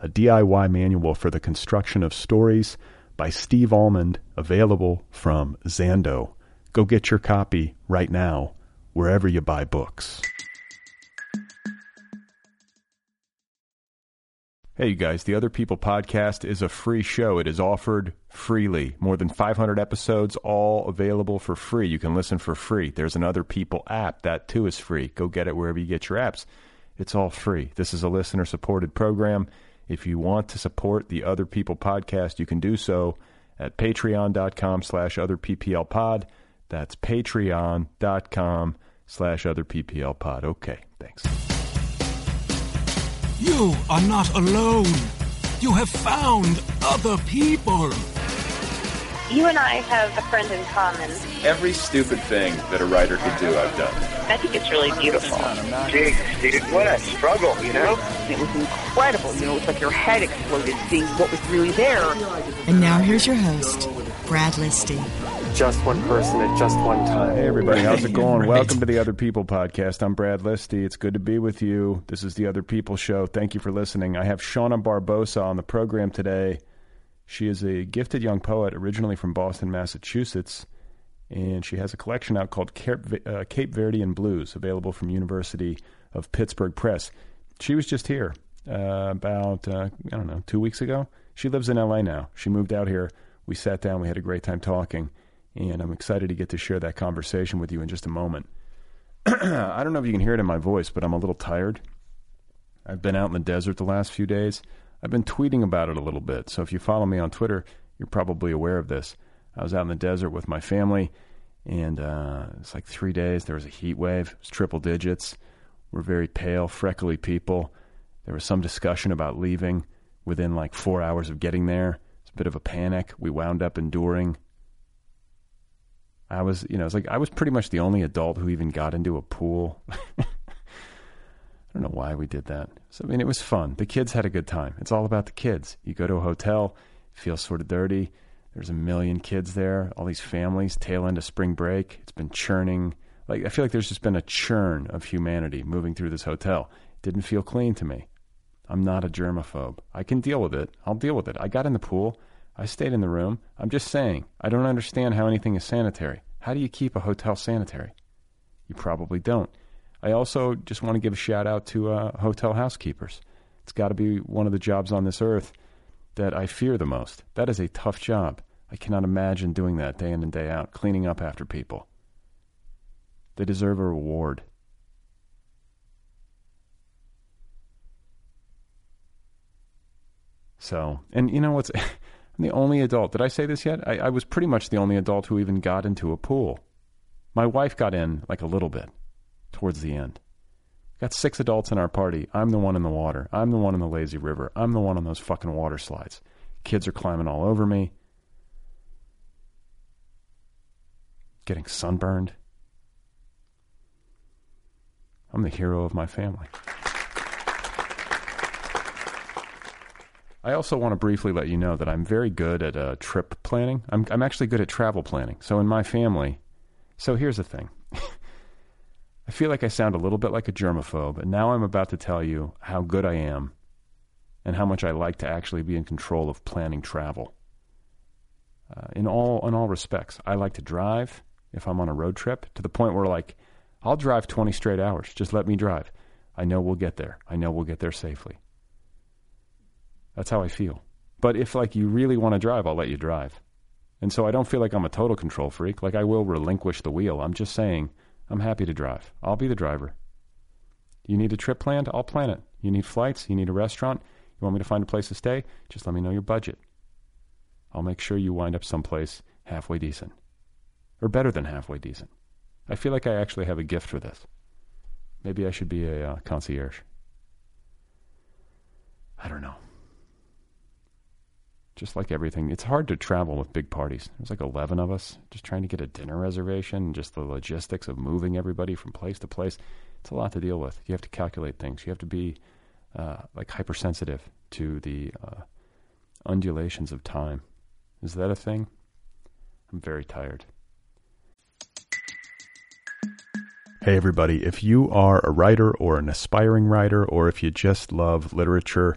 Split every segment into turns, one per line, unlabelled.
a DIY manual for the construction of stories by Steve Almond, available from Zando. Go get your copy right now, wherever you buy books. Hey, you guys, the Other People podcast is a free show. It is offered freely. More than 500 episodes, all available for free. You can listen for free. There's an Other People app. That too is free. Go get it wherever you get your apps. It's all free. This is a listener supported program. If you want to support the Other People podcast, you can do so at patreon.com slash otherpplpod. That's patreon.com slash otherpplpod. Okay, thanks.
You are not alone. You have found other people.
You and I have a friend in common.
Every stupid thing that a writer could do, I've done.
I think it's really beautiful.
Jesus, dude, what a struggle, you know?
It was incredible. You know, it's like your head exploded seeing what was really there.
And now here's your host, Brad Listy.
Just one person at just one time.
Hey, everybody, how's it going? Welcome to the Other People podcast. I'm Brad Listy. It's good to be with you. This is the Other People show. Thank you for listening. I have Shauna Barbosa on the program today. She is a gifted young poet originally from Boston, Massachusetts, and she has a collection out called Cape, Ve- uh, Cape Verdean Blues, available from University of Pittsburgh Press. She was just here uh, about uh, I don't know two weeks ago. She lives in L.A. now. She moved out here. We sat down. We had a great time talking, and I'm excited to get to share that conversation with you in just a moment. I don't know if you can hear it in my voice, but I'm a little tired. I've been out in the desert the last few days. I've been tweeting about it a little bit. So if you follow me on Twitter, you're probably aware of this. I was out in the desert with my family, and uh, it's like three days. There was a heat wave, it was triple digits. We're very pale, freckly people. There was some discussion about leaving within like four hours of getting there. It's a bit of a panic. We wound up enduring. I was, you know, it's like I was pretty much the only adult who even got into a pool. I don't know why we did that. So, I mean, it was fun. The kids had a good time. It's all about the kids. You go to a hotel, it feels sort of dirty. There's a million kids there, all these families, tail end of spring break. It's been churning. Like, I feel like there's just been a churn of humanity moving through this hotel. It didn't feel clean to me. I'm not a germaphobe. I can deal with it. I'll deal with it. I got in the pool. I stayed in the room. I'm just saying, I don't understand how anything is sanitary. How do you keep a hotel sanitary? You probably don't. I also just want to give a shout out to uh, hotel housekeepers. It's got to be one of the jobs on this earth that I fear the most. That is a tough job. I cannot imagine doing that day in and day out, cleaning up after people. They deserve a reward. So, and you know what's. I'm the only adult. Did I say this yet? I, I was pretty much the only adult who even got into a pool. My wife got in like a little bit towards the end. Got six adults in our party. I'm the one in the water. I'm the one in the lazy river. I'm the one on those fucking water slides. Kids are climbing all over me. Getting sunburned. I'm the hero of my family. I also want to briefly let you know that I'm very good at uh, trip planning. I'm, I'm actually good at travel planning. So, in my family, so here's the thing I feel like I sound a little bit like a germaphobe, and now I'm about to tell you how good I am and how much I like to actually be in control of planning travel. Uh, in all in all respects, I like to drive if I'm on a road trip to the point where like I'll drive 20 straight hours. Just let me drive. I know we'll get there. I know we'll get there safely. That's how I feel. But if like you really want to drive, I'll let you drive. And so I don't feel like I'm a total control freak. Like I will relinquish the wheel. I'm just saying I'm happy to drive. I'll be the driver. You need a trip planned? I'll plan it. You need flights? You need a restaurant? You want me to find a place to stay? Just let me know your budget. I'll make sure you wind up someplace halfway decent or better than halfway decent. I feel like I actually have a gift for this. Maybe I should be a uh, concierge. I don't know. Just like everything, it's hard to travel with big parties. There's like 11 of us just trying to get a dinner reservation, just the logistics of moving everybody from place to place. It's a lot to deal with. You have to calculate things. You have to be uh, like hypersensitive to the uh, undulations of time. Is that a thing? I'm very tired. Hey, everybody. If you are a writer or an aspiring writer, or if you just love literature,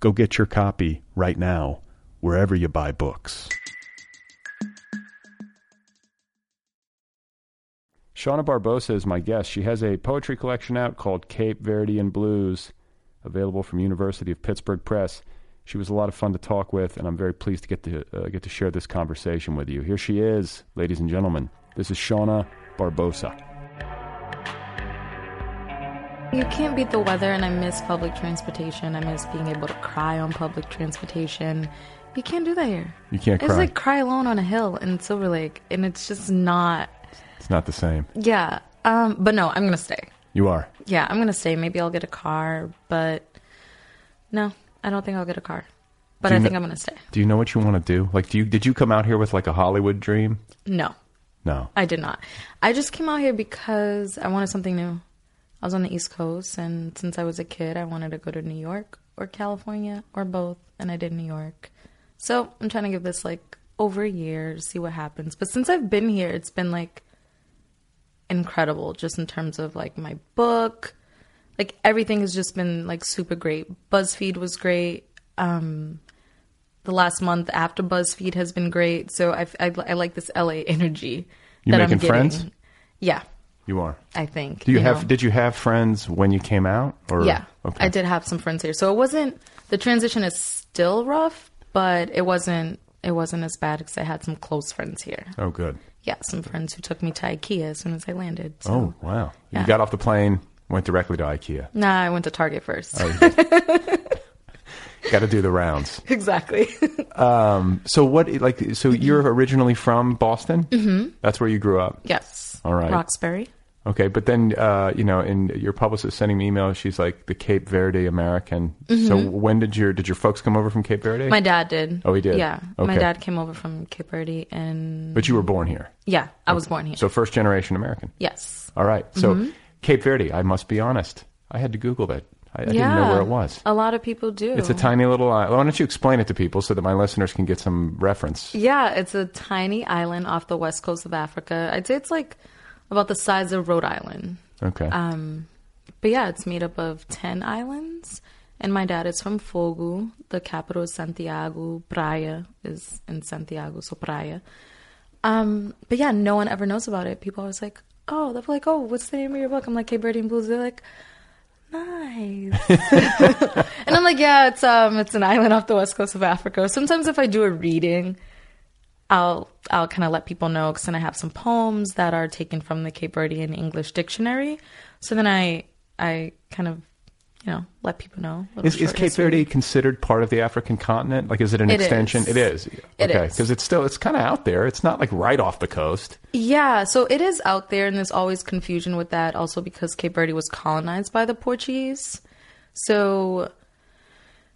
Go get your copy right now, wherever you buy books. Shauna Barbosa is my guest. She has a poetry collection out called Cape Verdean Blues, available from University of Pittsburgh Press. She was a lot of fun to talk with, and I'm very pleased to get to uh, get to share this conversation with you. Here she is, ladies and gentlemen. This is Shauna Barbosa.
You can't beat the weather, and I miss public transportation. I miss being able to cry on public transportation. You can't do that here.
You can't
It's
cry.
like cry alone on a hill in Silver Lake, and it's just not.
it's not the same.
Yeah. Um. But no, I'm gonna stay.
You are.
Yeah, I'm gonna stay. Maybe I'll get a car, but no, I don't think I'll get a car. But
Do
I
you
think
kn-
I'm gonna stay.
Do you know what you want to do? Like, do you did you come out here with like a Hollywood dream?
No,
No.
I did not. I just came out here because I wanted something new. I was on the East Coast, and since I was a kid, I wanted to go to New York or California or both, and I did New York. So I'm trying to give this like over a year, see what happens. But since I've been here, it's been like incredible, just in terms of like my book. Like everything has just been like super great. BuzzFeed was great. Um, the last month after BuzzFeed has been great. So I, I, I like this LA energy.
You
that
making
I'm getting.
friends?
Yeah,
You are.
I think.
Do you, have?
know?
Did you have friends when you came out? Or
Yeah,
Okay.
I did have some friends here, so it wasn't. The transition is still rough, but it wasn't. It wasn't as bad because I had some close friends here.
Oh, good.
Yeah, some friends who took me to IKEA as soon as I landed. So.
Oh, wow. You
Yeah.
got off the plane, went directly to IKEA.
Nah, I went to Target first.
Oh. got to do the rounds.
exactly.
So what? Like, so
Mm-hmm.
you're originally from Boston. Mm-hmm. That's where you grew up.
yes.
All right.
Roxbury.
Okay, but then uh, you know, and your publicist sending me email. She's like the Cape Verde American.
Mm-hmm.
So when did your did your folks come over from Cape Verde?
My dad did.
Oh, he did?
Yeah, my
Okay.
dad came over from Cape Verde, and
but you were born here,
yeah, I was born here.
so first generation American.
yes.
All right, so
Mm-hmm.
Cape Verde. I must be honest. I had to Google that. I, I didn't know where it was.
A lot of people do.
It's a tiny little island. Why don't you explain it to people so that my listeners can get some reference?
Yeah, it's a tiny island off the west coast of Africa. I'd say it's like about the size of Rhode Island.
Okay.
um, But yeah, it's made up of 10 islands. And my dad is from Fogo. The capital is Santiago. Praia is in Santiago, so Praia. Um, but yeah, no one ever knows about it. People always like, oh, they're like, oh, what's the name of your book? I'm like, hey, Birdie and Blues. They're like, nice. and I'm like, yeah, it's um, it's an island off the west coast of Africa. Sometimes if I do a reading, I'll I'll kind of let people know because then I have some poems that are taken from the Cape Verdean English Dictionary. So then I I kind of you know, let people know. Little
Is, is
short
Cape
history.
Verde considered part of the African continent? Like, is it an
It
extension?
is.
It is.
It
okay,
is.
because it's still it's kind of out there. It's not like right off the coast.
Yeah, so it is out there, and there's always confusion with that. Also, because Cape Verde was colonized by the Portuguese, so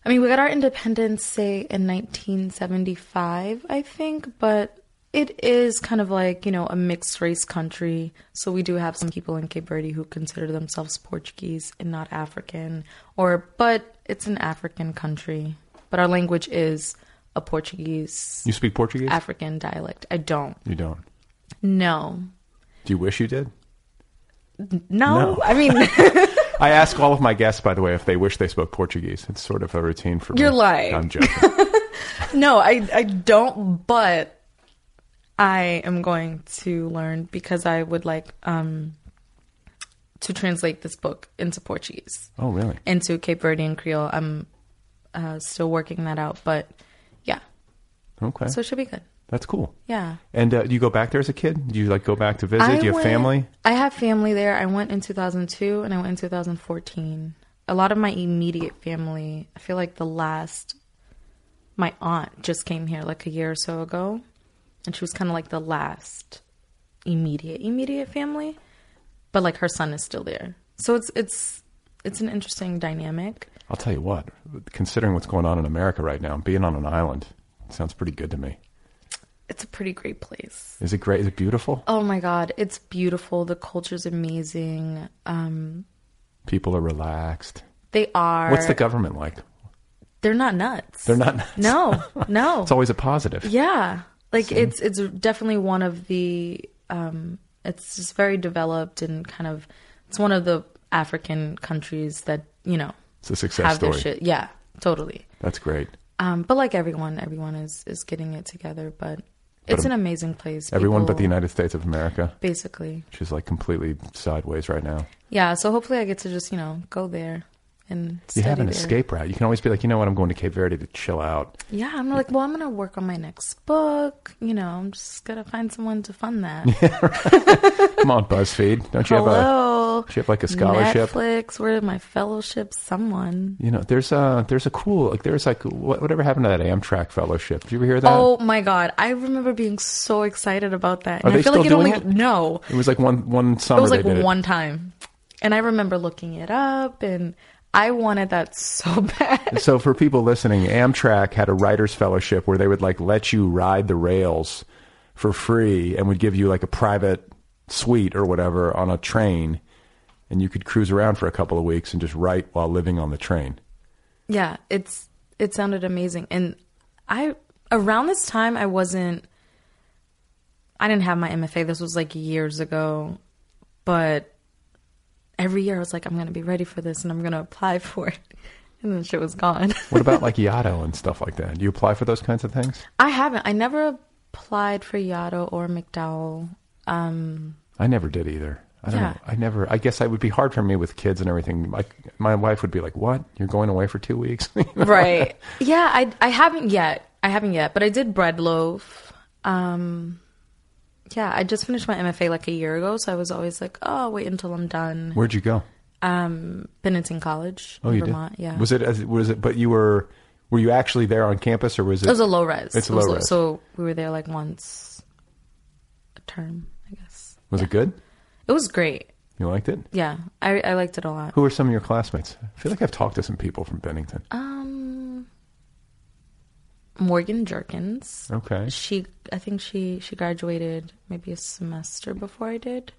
I mean, we got our independence say in 1975, I think, but it is kind of like you know a mixed race country. So we do have some people in Cape Verde who consider themselves Portuguese and not African, or but it's an African country, but our language is a Portuguese
You speak Portuguese?
African dialect. I don't.
you don't.
No.
Do you wish you did?
No,
No.
I mean
I ask all of my guests, by the way, if they wish they spoke Portuguese. It's sort of a routine for me.
You're lying.
I'm joking.
no, I I don't, but I am going to learn because I would like um to translate this book into Portuguese,
oh, really?
into Cape Verdean Creole. I'm uh, still working that out, but yeah,
Okay,
so it should be good.
that's cool.
Yeah.
And uh, do you go back there as a kid? Do you like go back to visit? do you have
went-
family?
I have family there. I went in 2002 and I went in 2014. A lot of my immediate family, I feel like the last, my aunt just came here like a year or so ago. And she was kind of like the last immediate, immediate family. But like her son is still there. So it's, it's, it's an interesting dynamic.
I'll tell you what. Considering what's going on in America right now, being on an island sounds pretty good to me.
It's a pretty great place.
Is it great? Is it beautiful?
Oh my God. It's beautiful. The culture's amazing. Um,
People are relaxed.
they are.
What's the government like?
They're not nuts.
They're not.
No, no.
It's always a positive.
yeah. Like it's it's definitely one of the um it's just very developed and kind of it's one of the African countries that, you know,
It's a success
have
story.
their shit. Yeah, totally.
That's great.
Um but like everyone, everyone is is getting it together, but it's an amazing place.
um, Everyone but the
People-
United States of America,
basically.
which is like completely sideways right now.
Yeah, so hopefully I get to just, you know, go there and
You
study
have an
there.
escape route. You can always be like, you know what? I'm going to Cape Verde to chill out.
Yeah, I'm like, well, I'm gonna work on my next book. You know, I'm just gonna find someone to fund that.
Come on, BuzzFeed. Don't you have a?
Hello.
do you have, like, a scholarship?
Netflix. Where did my fellowship? Someone.
You know, there's a there's a cool like there's like what, whatever happened to that Amtrak fellowship? Did you ever hear that?
oh my god! I remember being so excited about that, and
Are
I
they
feel
still
like it
doing
only
it?
no.
It was like one one summer.
it was like
they did
one time, and I remember looking it up, and I wanted that so bad.
So for people listening, Amtrak had a writers fellowship where they would like let you ride the rails for free and would give you like a private suite or whatever on a train and you could cruise around for a couple of weeks and just write while living on the train.
yeah, it's it sounded amazing, and I around this time I wasn't. I didn't have my MFA. This was like years ago, but every year I was like, I'm gonna be ready for this, and I'm gonna apply for it. And then shit was gone.
What about like Yaddo and stuff like that? Do you apply for those kinds of things?
I haven't. I never applied for Yaddo or McDowell. Um,
I never did either. I don't
Yeah.
know. I never I guess it would be hard for me with kids and everything. Like my wife would be like, "What? You're going away for 2 weeks?"
right. yeah, I I haven't yet. I haven't yet, but I did bread loaf. Um, yeah, I just finished my MFA like a year ago, so I was always like, oh, I'll wait until I'm done.
Where'd you go?
Um, Bennington College,
Oh,
in
you
Vermont.
did.
Yeah,
Was it as was it but you were were you actually there on campus or was it
It was a low res.
It's
It was
low
low-
res.
So we were there like once a term, I guess.
Was it good?
It was great.
You liked it?
Yeah, I I liked it a lot.
Who are some of your classmates? I feel like I've talked to some people from Bennington.
Um, Morgan Jerkins.
Okay.
She, I think she she graduated maybe a semester before I did.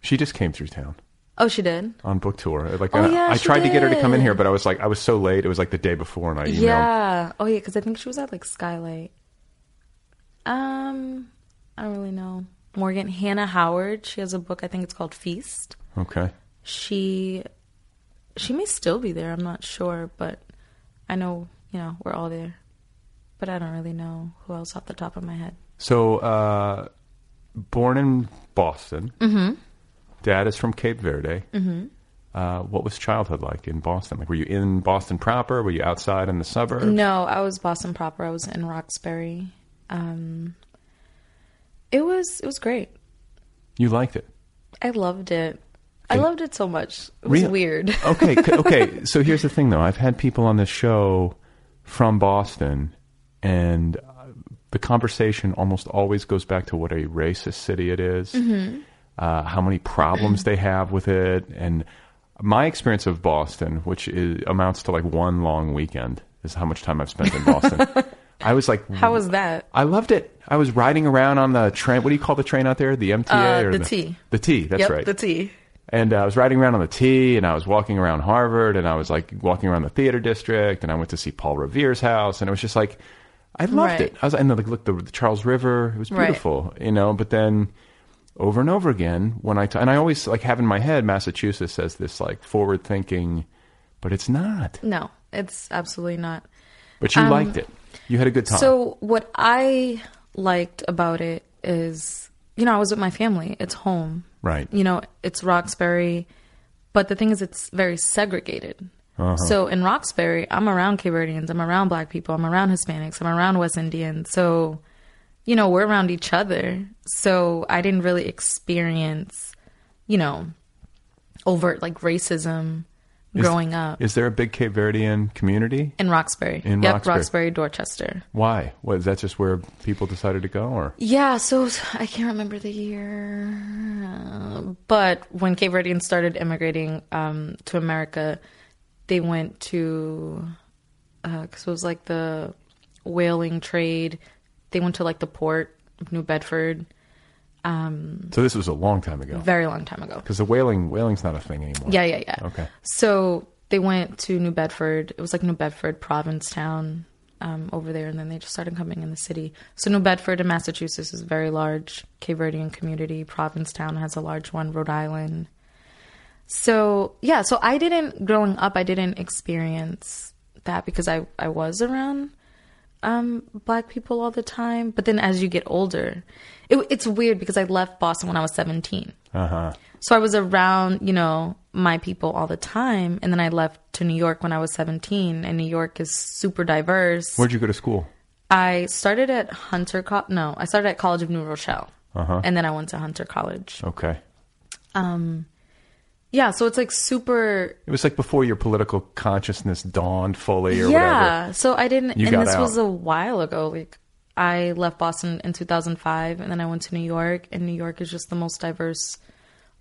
She just came through town
Oh, she did.
on book tour. Like
Oh,
uh,
yeah,
I
she
tried to get her to come in
did.
here, but I was like I was so late. It was like the day before and I emailed.
Yeah. Oh, yeah. Because I think she was at like Skylight. Um, I don't really know. Morgan Hannah Howard. She has a book. I think it's called Feast.
Okay.
she she may still be there i'm not sure but i know you know we're all there but i don't really know who else off the top of my head
So uh born in Boston. Mhm. Dad is from Cape Verde. Mhm. Uh, what was childhood like in Boston? Like, were you in Boston proper? Were you outside in the suburbs?
no i was boston proper i was in roxbury um it was it was great
You liked it.
i loved it I loved it so much. It was
Real-
weird.
okay, c- okay. So here's the thing, though. I've had people on this show from Boston, and uh, the conversation almost always goes back to what a racist city it is,
Mm-hmm.
uh, how many problems they have with it, and my experience of Boston, which is, amounts to like one long weekend, is how much time I've spent in Boston. I was like,
How was that?
I loved it. I was riding around on the train. What do you call the train out there? The MTA
Uh,
or
the T.
The T. That's
yep,
right.
the tea.
And uh, I was riding around on the T, and I was walking around Harvard, and I was like walking around the theater district, and I went to see Paul Revere's house, and it was just like, I loved
Right.
it. I was, and then like, look, the, the Charles River, it was
Right.
beautiful, you know. But then, over and over again, when I t- and I always like have in my head Massachusetts as this like forward thinking, but it's not.
No, it's absolutely not.
But you liked it. You had a good time.
Um, So what I liked about it is, you know, I was with my family. It's home.
Right.
You know, it's Roxbury, but the thing is, it's very segregated.
Uh-huh.
So in Roxbury, I'm around Cape Verdeans, I'm around Black people, I'm around Hispanics, I'm around West Indians. So, you know, we're around each other. So I didn't really experience, you know, overt like racism
Is-
growing up
is there a big Cape Verdean community?
in Roxbury.
In
yep,
Roxbury.
Roxbury, Dorchester.
Why? What is that? Just where people decided to go, or
Yeah, so s- I can't remember the year, uh, but when Cape Verdeans started immigrating um, to America, they went to because it was like the whaling trade. They went to like the port of New Bedford,
so? This was a long time ago.
very long time ago.
Because the whaling, whaling's not a thing anymore.
Yeah, yeah, yeah.
Okay.
So they went to New Bedford. It was like New Bedford, Provincetown, um, over there, and then they just started coming in the city. So New Bedford in Massachusetts is a very large Cape Verdean community. Provincetown has a large one. Rhode Island. So yeah, so I didn't growing up. I didn't experience that because I I was around um black people all the time but then as you get older it, it's weird because i left boston when i was 17
Uh-huh.
so I was around, you know, my people all the time. And then I left to New York when I was 17, and New York is super diverse.
Where'd you go to school?
I started at Hunter Co- No, I started at College of New Rochelle. And then I went to Hunter College. Um,
Okay. Oh.
Yeah, so it's like super.
It was like before your political consciousness dawned fully or
yeah.
whatever.
So I didn't.
You
and
got
this
out.
was a while ago. Like, I left Boston in 2005, and then I went to New York, and New York is just the most diverse,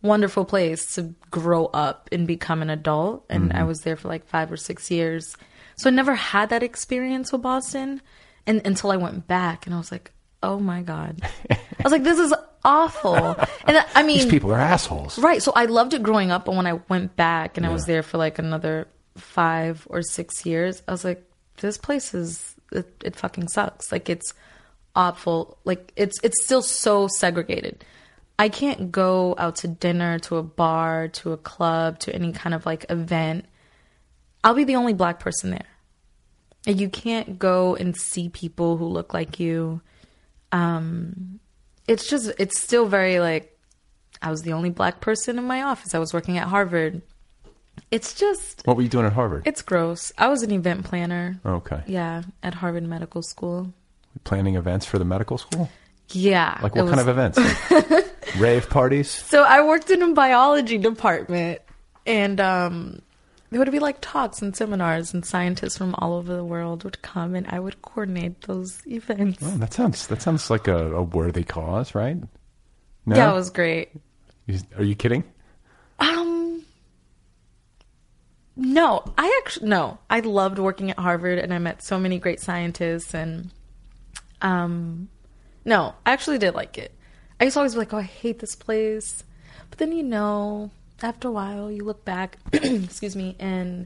wonderful place to grow up and become an adult. And
Mm-hmm.
I was there for like five or six years. So I never had that experience with Boston and, until I went back, and I was like, oh my God. I was like, this is awful. And I mean,
These people are assholes.
Right. So I loved it growing up, but when I went back and I was there for like another five or six years, I was like, this place is it, it fucking sucks. Like it's awful. Like it's it's still so segregated. I can't go out to dinner, to a bar, to a club, to any kind of like event. I'll be the only black person there. And you can't go and see people who look like you. Um it's just it's still very like I was the only black person in my office. I was working at Harvard. It's just,
What were you doing at Harvard?
it's gross. I was an event planner.
okay.
Yeah, at Harvard Medical School.
Planning events for the medical school?
Yeah.
Like
it
what kind of
was-
events? Rave parties?
So I worked in a biology department, and um, there would be like talks and seminars, and scientists from all over the world would come, and I would coordinate those events.
Oh, that sounds that sounds like a, a worthy cause, right? No?
Yeah, it was great.
You- Are you kidding?
Um, no, I actually no. I loved working at Harvard, and I met so many great scientists. And um, no, I actually did like it. I used to always be like, "Oh, I hate this place," but then you know, after a while, you look back, excuse me, and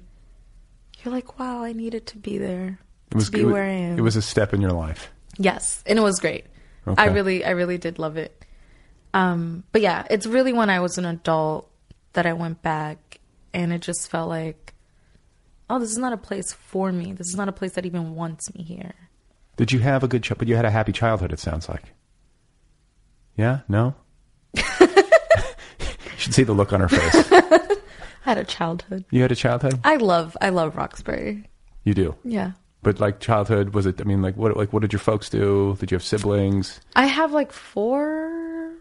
you're like, "Wow, I needed to be there
It was
to be
it was,
where I am."
It was a step in your life.
Yes, and it was great. I
Okay.
really, I really did love it. Um, but yeah, it's really when I was an adult that I went back, and it just felt like, oh, this is not a place for me. This is not a place that even wants me here.
Did you have a good child? But you had a happy childhood. It sounds like. Yeah. No. you should see the look on her face.
I had a childhood.
You had a childhood.
I love, I love Roxbury.
You do.
Yeah,
But like childhood, was it? I mean, like what? Like what did your folks do? Did you have siblings?
I have like four,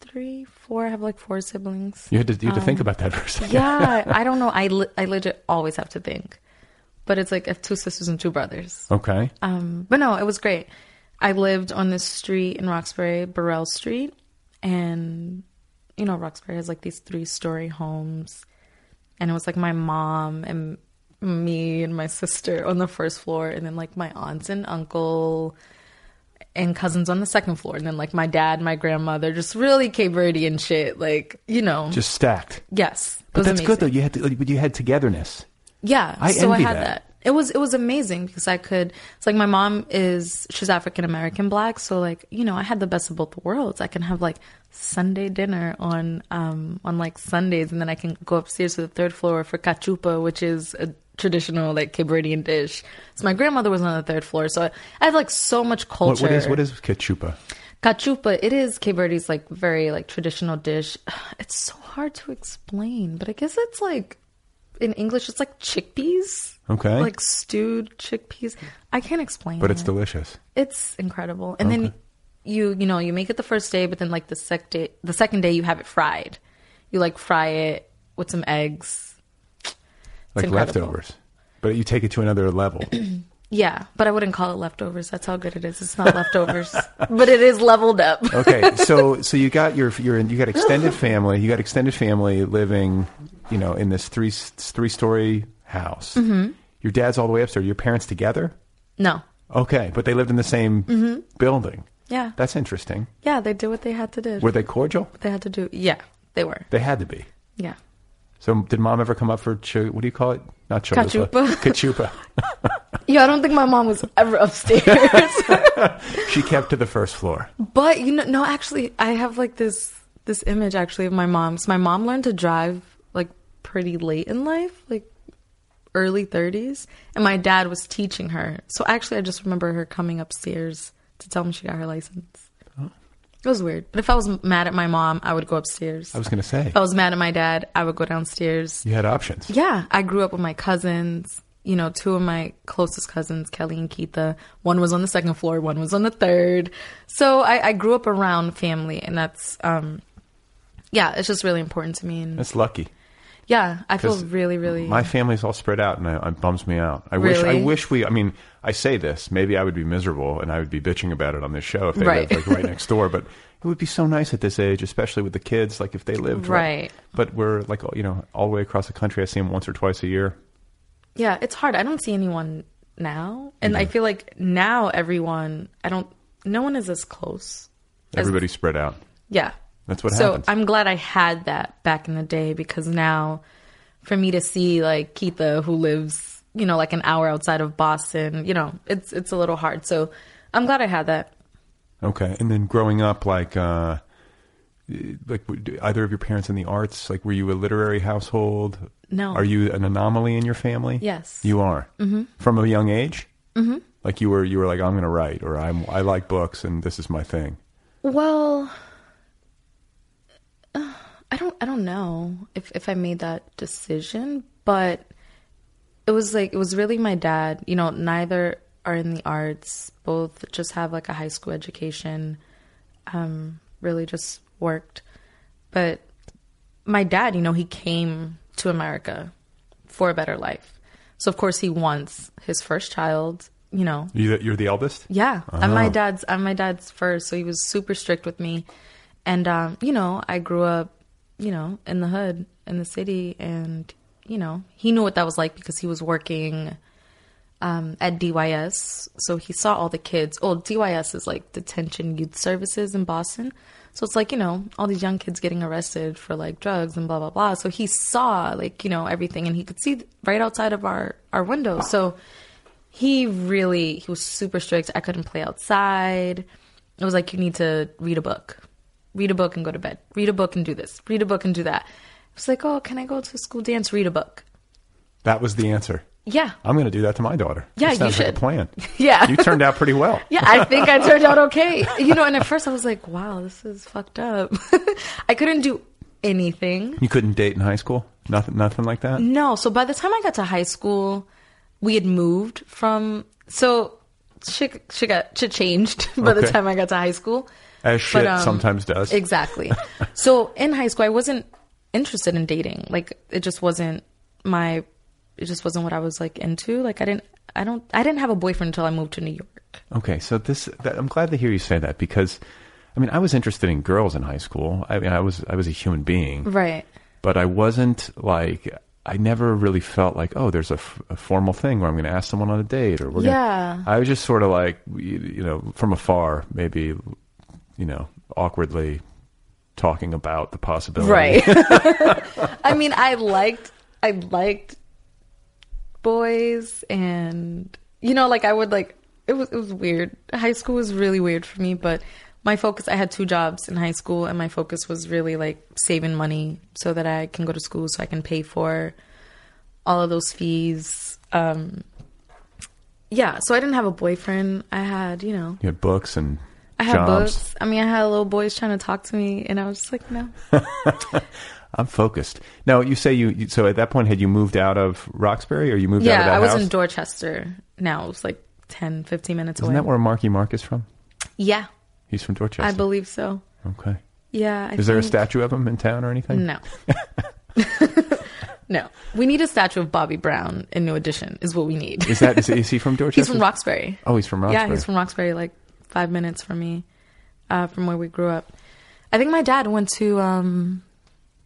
three three, four. I have like four siblings.
You had to, you had to think about that for a second.
Um, Yeah, I don't know. I li- I legit always have to think, but it's like I have two sisters and two brothers.
Okay.
Um, but no, it was great. I lived on this street in Roxbury, Burrell Street, and you know Roxbury has like these three-story homes, and it was like my mom and me and my sister on the first floor, and then like my aunts and uncle and cousins on the second floor, and then like my dad, my grandmother, just really Cape Verdean shit, like you know,
Just stacked.
yes. it
But
was
that's good though.
amazing.
You had to, but you had togetherness.
Yeah.
I
so
envy
I had
that.
that. It was it was amazing because I could it's like my mom is she's African American black, so like, you know, I had the best of both worlds. I can have like Sunday dinner on um on like Sundays and then I can go upstairs to the third floor for cachupa, which is a traditional like Cape Verdean dish. So my grandmother was on the third floor, so I, I have like so much
What,
culture.
what is what is cachupa?
Cachupa, it is Cape Verde's like very like traditional dish. It's so hard to explain, but I guess it's like in English, it's like chickpeas.
Okay.
Like stewed chickpeas. I can't explain.
But it's
it.
delicious.
it's incredible. And then you you know you make it the first day, but then like the sec day, the second day you have it fried. You like fry it with some eggs.
Like
incredible.
leftovers. But you take it to another level.
Yeah, but I wouldn't call it leftovers. That's how good it is. It's not leftovers, but it is leveled up.
okay. So so you got your your you got extended family. You got extended family living, you know, in this three three story house. Mm-hmm. Your dad's all the way upstairs. Your parents together.
No.
Okay, but they lived in the same
Mm-hmm.
building.
Yeah.
That's interesting.
Yeah, they did what they had to do.
Were they cordial?
They had to do. Yeah, they were.
They had to be.
Yeah.
So did mom ever come up for cho- what do you call it? Not chalupa.
Kachupa.
Kachupa.
Yeah, I don't think my mom was ever upstairs.
she kept to the first floor.
but you know, no, actually, I have like this this image actually of my mom. So my mom learned to drive like pretty late in life, like early 30s, and my dad was teaching her. So actually, I just remember her coming upstairs to tell me she got her license. It was weird. But if I was mad at my mom, I would go upstairs.
I was going to say
if I was mad at my dad, I would go downstairs.
you had options.
Yeah, I grew up with my cousins. You know, two of my closest cousins, Kelly and Keitha. One was on the second floor, one was on the third. So I, I grew up around family, and that's, um, yeah, it's just really important to me. And
That's lucky.
yeah, I feel
'Cause
Oh, really, really.
My family's all spread out, and I, it bums me out. I wish. I
Really?
wish we. I mean, I say this. Maybe I would be miserable, and I would be bitching about it on this show if they
Right.
lived like right next door. But it would be so nice at this age, especially with the kids. Like if they lived
Right.
But we're like you know all the way across the country. I see them once or twice a year.
yeah, it's hard. I don't see anyone now. And I feel like now everyone, I don't, no one is as close.
Everybody's spread out.
Yeah.
That's what
so
happens.
I'm glad I had that back in the day because now for me to see like Keitha who lives, you know, like an hour outside of Boston, you know, it's it's a little hard. So I'm glad I had that.
Okay, and then growing up, like, uh, like w- do either of your parents in the arts? Like, were you a literary household?
No.
Are you an anomaly in your family?
Yes.
you are. Mm-hmm. From a young age. Mm-hmm. Like you were, you were like, I'm going to write, or I'm, I like books, and this is my thing.
Well, uh, I don't I don't know if if I made that decision, but it was like it was really my dad. You know, neither are in the arts. Both just have like a high school education. Um, really just worked, but my dad, you know, he came to America for a better life. So of course he wants his first child. You know,
You, you're the eldest.
yeah, I'm my dad's. I'm my dad's first, so he was super strict with me, and um, you know, I grew up, you know, in the hood, in the city, and you know, he knew what that was like because he was working um, at DYS, so he saw all the kids. Oh, DYS is like Detention Youth Services in Boston, so it's like you know, all these young kids getting arrested for like drugs and blah blah blah. So he saw like you know everything, and he could see right outside of our our window. So he really he was super strict i couldn't play outside it was like you need to read a book read a book and go to bed read a book and do this read a book and do that I was like oh can i go to school dance read a book
That was the answer.
yeah
I'm going to do that to my daughter.
Yeah,
That
you
sounds like
should.
a plan.
Yeah.
you turned out pretty well.
yeah i think i turned out okay you know and at first i was like wow this is fucked up i couldn't do anything
You couldn't date in high school. Nothing, nothing like that.
No, so by the time I got to high school, we had moved from so shit shit got shit changed by the
Okay.
time I got to high school.
As shit
um,
sometimes does.
Exactly. so in high school, I wasn't interested in dating. Like it just wasn't my. It just wasn't what I was like into. Like I didn't. I don't. I didn't have a boyfriend until I moved to New York.
Okay, so this that, I'm glad to hear you say that because, I mean, I was interested in girls in high school. I mean, I was I was a human being,
Right.
but I wasn't like I never really felt like oh, there's a, f- a formal thing where I'm going to ask someone on a date or we're
Yeah.
Gonna, I was just sort of like you, you know from afar, maybe you know awkwardly talking about the possibility.
Right. I mean, I liked I liked boys and you know, like I would like it was it was weird. High school was really weird for me, but my focus I had two jobs in high school and my focus was really like saving money so that I can go to school so I can pay for all of those fees. Um yeah, so I didn't have a boyfriend. I had, you know,
You had books and
I had
jobs.
books. I mean, I had little boys trying to talk to me, and I was just like, no.
I'm focused now. You say you you- so at that point had you moved out of Roxbury or you moved out of
Yeah,
that
I was
house?
in Dorchester. Now it was like 10, 15 minutes
Isn't
away.
that where Marky Mark is from?
yeah,
He's from Dorchester.
I believe so.
Okay.
Yeah. I
Is there a
think-
statue of him in town or anything?
No. no. We need a statue of Bobby Brown in New Edition, is what we need.
Is that is, is he from Dorchester?
he's from Roxbury.
Oh, he's from Roxbury.
Yeah, he's from Roxbury, like five minutes from me, uh, from where we grew up. I think my dad went to um,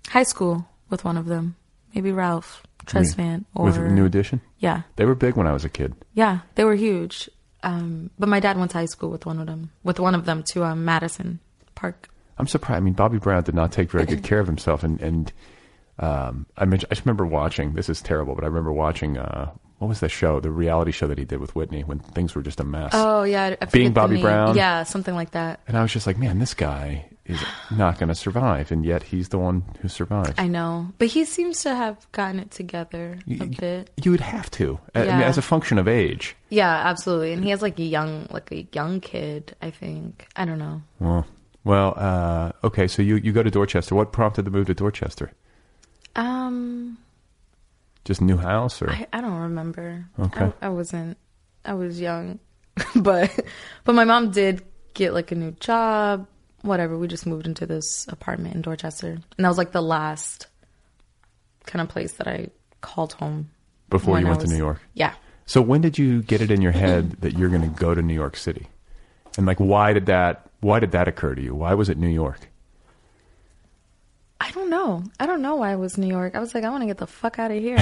high school with one of them, maybe Ralph Tresvant or
with New Edition.
Yeah,
They were big when I was a kid.
Yeah, they were huge. Um, but my dad went to high school with one of them. With one of them to um, Madison Park.
I'm surprised. I mean, Bobby Brown did not take very good care of himself, and and um, I mean, I just remember watching. This is terrible, but I remember watching. Uh, what was the show? The reality show that he did with Whitney when things were just a mess.
Oh yeah, I- I forget
Being
the
Bobby
name.
Brown?
Yeah, something like that.
And I was just like, man, this guy is not going to survive, and yet he's the one who survived.
I know, but he seems to have gotten it together a bit.
You would have to, I- I mean,
Yeah.
as a function of age.
Yeah, absolutely. And he has like a young, like a young kid. I think. I don't know.
Well, well, uh, okay. So you you go to Dorchester. What prompted the move to Dorchester?
Um,
Just new house, or
I, I don't remember.
Okay.
I, I wasn't. I was young, but but my mom did get like a new job. Whatever. We just moved into this apartment in Dorchester, and that was like the last kind of place that I called home
before
when
you
I
went to
was-
New York?
Yeah.
So when did you get it in your head that you're going to go to New York City? And like why did that why did that occur to you? Why was it New York?
I don't know. I don't know why I was in New York. I was like, I want to get the fuck out of here.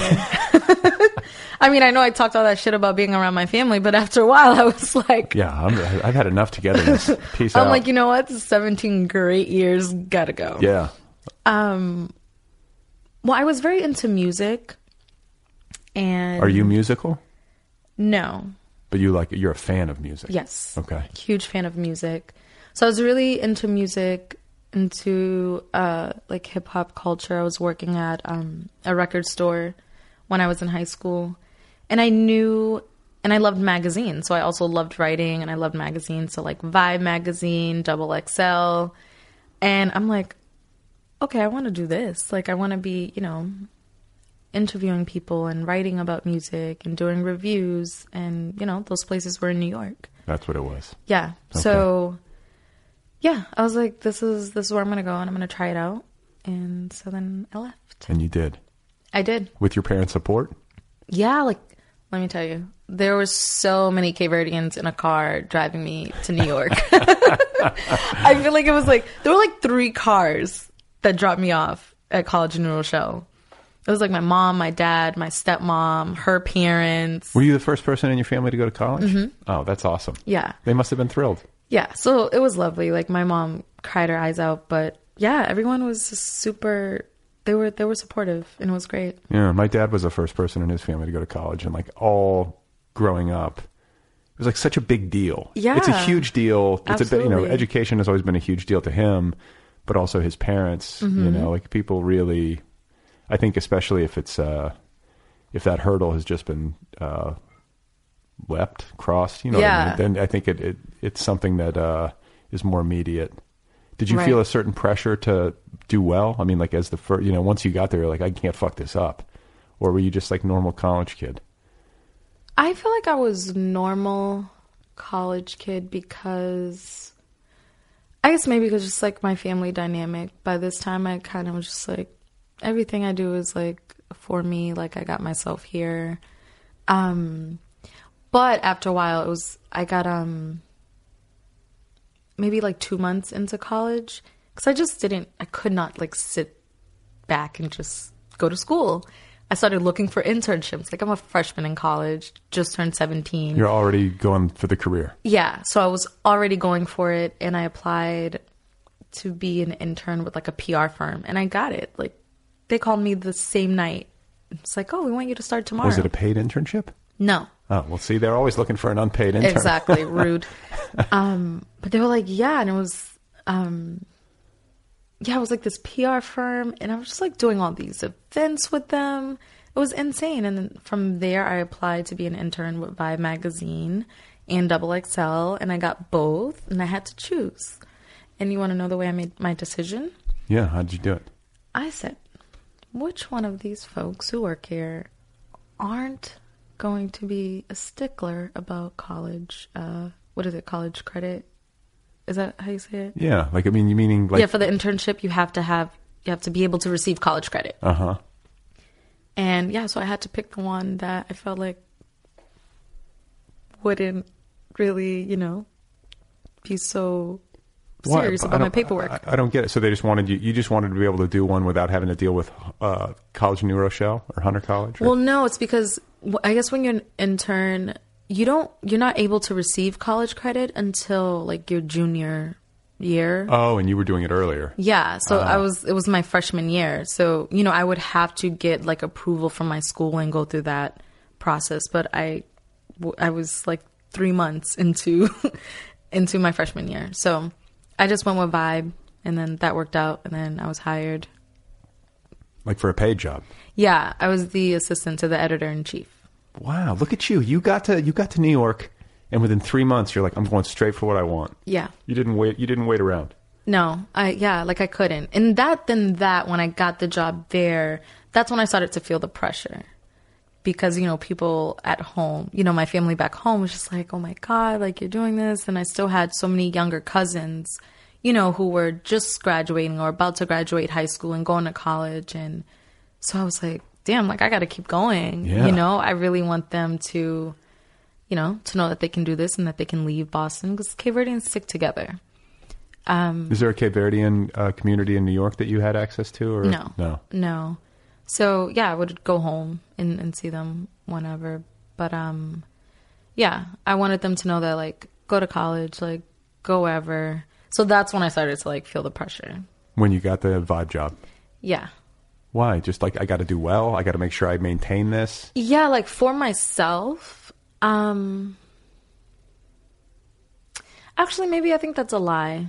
I mean, I know I talked all that shit about being around my family, but after a while, I was like,
Yeah, I'm, I've had enough togetherness. Peace out.
I'm like, you know what? This is 17 great years. Gotta go.
yeah.
Well, I was very into music. And
Are you musical?
No.
But you like you're a fan of music.
Yes.
Okay.
Huge fan of music. So I was really into music, into uh like hip hop culture. I was working at um a record store when I was in high school. And I knew and I loved magazines. So I also loved writing and I loved magazines. So like Vibe magazine, Double XL. And I'm like, okay, I want to do this. Like I want to be, you know, interviewing people and writing about music and doing reviews and you know those places were in new york
That's what it was.
yeah so yeah i was like this is this is where i'm gonna go and i'm gonna try it out and so then i left
And you did.
i did
With your parents' support?
yeah like let me tell you there were so many cape verdeans in a car driving me to new york i feel like it was like there were like three cars that dropped me off at college in new rochelle it was like my mom my dad my stepmom her parents
Were you the first person in your family to go to college? Oh, that's awesome.
Mm-hmm. yeah
They must have been thrilled.
yeah so it was lovely like my mom cried her eyes out but yeah everyone was just super they were they were supportive and it was great
Yeah, my dad was the first person in his family to go to college, and like all growing up, it was like such a big deal.
Yeah.
it's a huge deal. It's a bit, you know,
Absolutely.
education has always been a huge deal to him, but also his parents.
Mm-hmm.
You know, like people really, I think especially if it's uh, if that hurdle has just been uh, leapt, crossed. You know, what I mean?
Yeah.
then I think it, it it's something that uh, is more immediate. Did you
Right.
feel a certain pressure to do well? I mean, like as the first, you know, once you got there, you're like, I can't fuck this up, or were you just like normal college kid?
i feel like i was normal college kid because I guess maybe because just like my family dynamic. By this time, I kind of was just like, everything I do is like for me. Like I got myself here. Um, but after a while, it was I got um maybe like two months into college because I just didn't. I could not like sit back and just go to school. I started looking for internships. Like I'm a freshman in college, just turned 17.
You're already going for the career.
Yeah, so I was already going for it and I applied to be an intern with like a PR firm and I got it. Like they called me the same night. It's like, "Oh, we want you to start tomorrow."
Was it a paid internship?
no.
Oh, well, see, they're always looking for an unpaid intern.
Exactly, rude. um, but they were like, "Yeah," and it was um yeah, it was like this PR firm and I was just like doing all these events with them. It was insane. And then from there I applied to be an intern with Vibe magazine and Double XL and I got both and I had to choose. And you want to know the way I made my decision?
Yeah, how'd you do it?
I said, which one of these folks who work here aren't going to be a stickler about college? Uh, what is it? College credit? Is that how you say it?
Yeah, like I mean, you meaning like
yeah, for the internship, you have to have you have to be able to receive college credit.
uh huh.
And yeah, so I had to pick the one that I felt like wouldn't really, you know, be so
Why-
serious
I
about my
don't-
paperwork.
I, I don't get it. So they just wanted you. You just wanted to be able to do one without having to deal with uh, College New Rochelle or Hunter College. Or,
Well, no, it's because w- I guess when you're an intern, you don't you're not able to receive college credit until like your junior year.
oh, and you were doing it earlier.
yeah, so I was it was my freshman year. So, you know, I would have to get like approval from my school and go through that process, but I w- I was like 3 months into into my freshman year. So, I just went with vibe and then that worked out and then I was hired.
like for a paid job.
Yeah, I was the assistant to the editor in chief.
Wow, look at you. You got to you got to New York, and within three months, you're like, I'm going straight for what I want.
Yeah.
You didn't wait. You didn't wait around.
No, I yeah, like I couldn't. And that then that when I got the job there, that's when I started to feel the pressure. Because, you know, people at home, you know, my family back home was just like, "Oh my god, like you're doing this." And I still had so many younger cousins, you know, who were just graduating or about to graduate high school and going to college and so I was like, "Damn, like I got to keep going."
Yeah.
You know, I really want them to you know, to know that they can do this and that they can leave Boston because Cape Verdeans stick together.
Is there a Cape Verdean uh, community in New York that you had access to? Or
No.
Mm, no.
No. So yeah, I would go home and, and see them whenever. But um yeah, I wanted them to know that like go to college, like go wherever. So that's when I started to like feel the pressure.
When you got the vibe job,
Yeah.
why? Just like I got to do well. I got to make sure I maintain this.
Yeah, like for myself, um Actually, maybe I think that's a lie.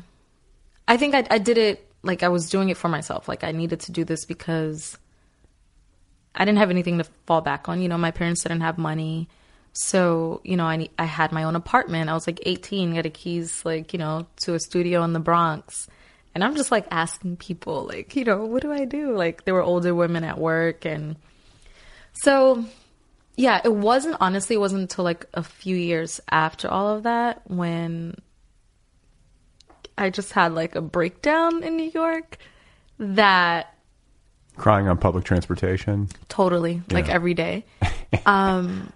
I think I I did it like I was doing it for myself. Like I needed to do this because I didn't have anything to fall back on. You know, my parents didn't have money. So, you know, I ne- I had my own apartment. I was like 18, got a keys like, you know, to a studio in the Bronx. And I'm just like asking people like, you know, what do I do? Like there were older women at work and so, yeah, it wasn't honestly, it wasn't until like a few years after all of that when I just had like a breakdown in New York that
Crying on public transportation.
totally, like
Yeah.
every day. um,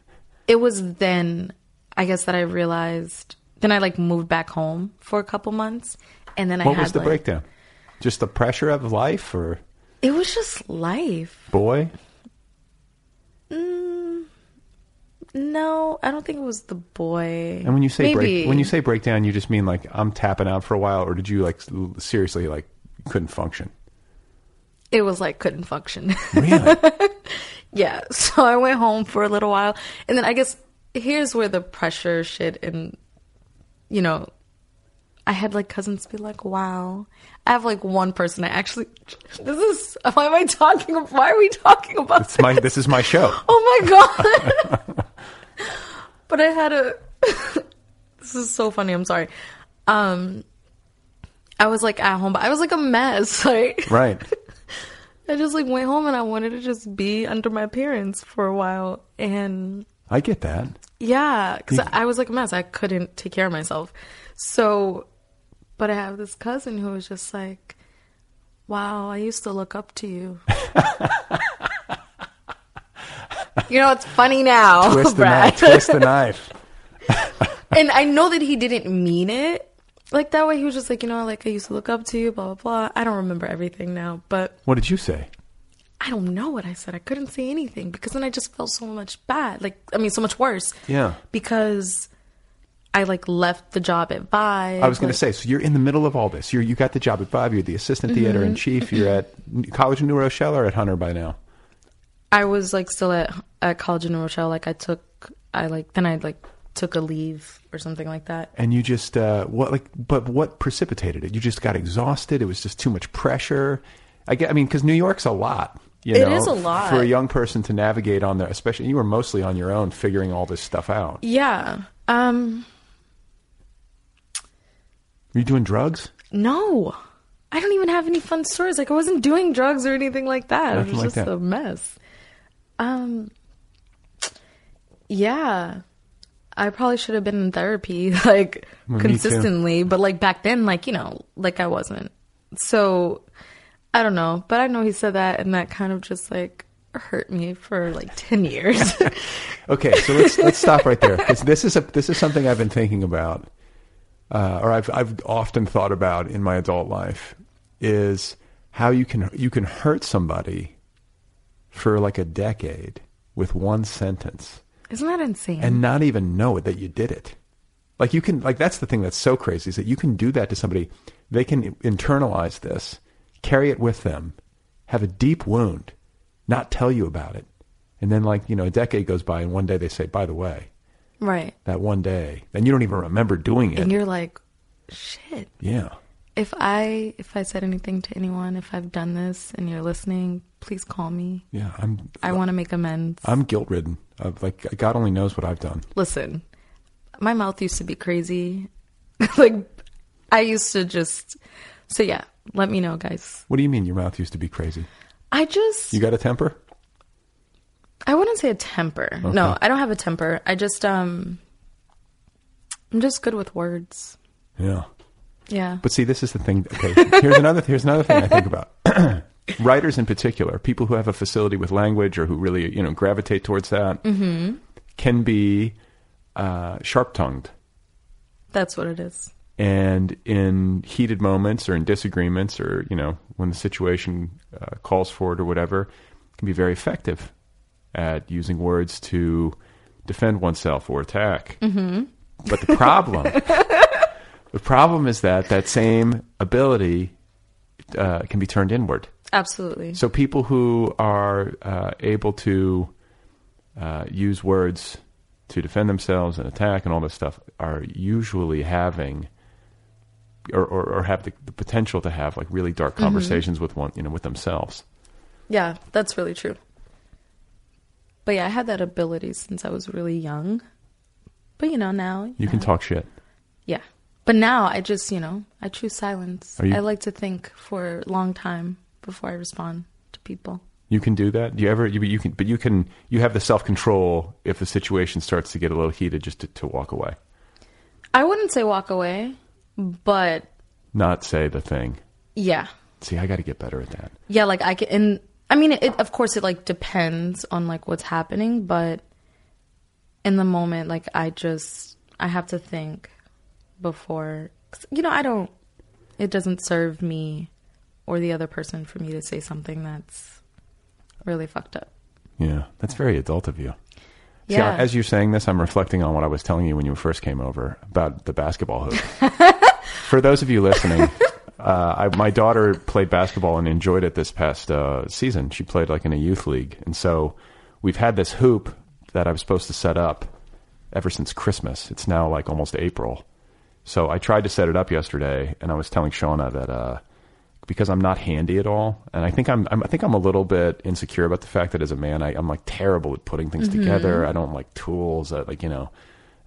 it was then, I guess, that I realized. Then I like moved back home for a couple months, and then I
What
had
was the
like
breakdown? Just the pressure of life, or
it was just life.
boy?
No, I don't think it was the boy.
And when you say
Maybe.
break, when you say breakdown, you just mean like I'm tapping out for a while, or did you like l- seriously like couldn't function?
it was like couldn't function.
Really?
Yeah, so I went home for a little while, and then I guess here's where the pressure shit and you know, I had like cousins be like, "Wow," I have like one person I actually. This is why am I talking? Why are we talking about
it's my this is my show.
Oh my god! but I had a. this is so funny. I'm sorry. Um, I was like at home, but I was like a mess. Like
Right.
I just like went home and I wanted to just be under my parents for a while. And
I get that. Mm.
yeah, because I was like a mess. I couldn't take care of myself. So, But I have this cousin who was just like, wow, I used to look up to you. you know, it's funny now,
Twist the
Brad.
knife. Twist the knife.
and I know that he didn't mean it. Like that way, he was just like, you know, like I used to look up to you, blah, blah, blah. I don't remember everything now, but
What did you say?
I don't know what I said. I couldn't say anything because then I just felt so much bad. Like, I mean, so much worse.
Yeah.
Because I like left the job at Vibe.
I was going
like-
to say, so you're in the middle of all this. You're, you got the job at Five. You're the assistant theater in chief. You're at College of New Rochelle or at Hunter by now.
I was like still at at college in Rochelle. Like I took, I like then I like took a leave or something like that.
And you just, uh, what, like, but what precipitated it? You just got exhausted. It was just too much pressure. I, get, I mean, because New York's a lot. You
It
know,
is a lot.
For a young person to navigate on there, especially you were mostly on your own figuring all this stuff out.
Yeah. Um.
Were you doing drugs?
No, I don't even have any fun stories. Like I wasn't doing drugs or anything like that.
Nothing
it was
like
just
that.
a mess. Um. Yeah. I probably should have been in therapy like
Well, me too.
consistently, but like back then, like you know, like I wasn't. So I don't know, but I know he said that, and that kind of just like hurt me for like ten years.
Okay, so let's let's stop right there because this is a this is something I've been thinking about, uh, or I've I've often thought about in my adult life is how you can you can hurt somebody for like a decade with one sentence
Isn't that insane?
and not even know it that you did it. Like you can like that's the thing that's so crazy is that you can do that to somebody. They can internalize this, carry it with them, have a deep wound, not tell you about it. And then like, you know, a decade goes by and one day they say, "By the way,
right.
that one day." And you don't even remember doing
And
it.
you're like, shit.
Yeah.
if I if I said anything to anyone, if I've done this and you're listening, please call me.
Yeah, I'm
I want to make amends.
I'm guilt-ridden. Of like God only knows what I've done.
Listen, my mouth used to be crazy. like I used to just so yeah, let me know guys.
What do you mean your mouth used to be crazy?
I just
You got a temper?
I wouldn't say a temper. No, I don't have a temper. I just um I'm just good with words.
Yeah.
Yeah.
But see, this is the thing. Okay, here's another. Here's another thing I think about. Writers in particular, people who have a facility with language or who really you know gravitate towards that, can be uh, sharp-tongued,
that's what it is.
and in heated moments or in disagreements or you know when the situation uh, calls for it or whatever, can be very effective at using words to defend oneself or attack. But the problem, the problem is that that same ability uh, can be turned inward.
Absolutely.
So people who are uh, able to uh, use words to defend themselves and attack and all this stuff are usually having. Or, or, or have the, the potential to have like really dark conversations with one, you know, with themselves.
Yeah, that's really true. But yeah, I had that ability since I was really young. But you know, now,
You can talk shit.
yeah. But now I just, you know, I choose silence.
Are you-
I like to think for a long time before I respond to people.
You can do that. Do you ever? You, you can, but you can. You have the self control if the situation starts to get a little heated, just to, to walk away,
I wouldn't say walk away, but
not say the thing.
yeah.
See, I got to get better at that.
Yeah, like I can and I mean, it of course it like depends on like what's happening, but in the moment like I just I have to think before 'cause, you know, I don't it doesn't serve me or the other person for me to say something that's really fucked up.
Yeah, that's very adult of you. See,
Yeah.
as you're saying this, I'm reflecting on what I was telling you when you first came over about the basketball hoop. For those of you listening, uh, I, my daughter played basketball and enjoyed it this past uh, season. She played like in a youth league, and so we've had this hoop that I was supposed to set up ever since Christmas. It's now like almost April, so I tried to set it up yesterday, and I was telling Shauna that uh, because I'm not handy at all, and I think I'm, I'm I think I'm a little bit insecure about the fact that as a man, I, I'm like terrible at putting
Mm-hmm.
things together. I don't like tools. I, like you know,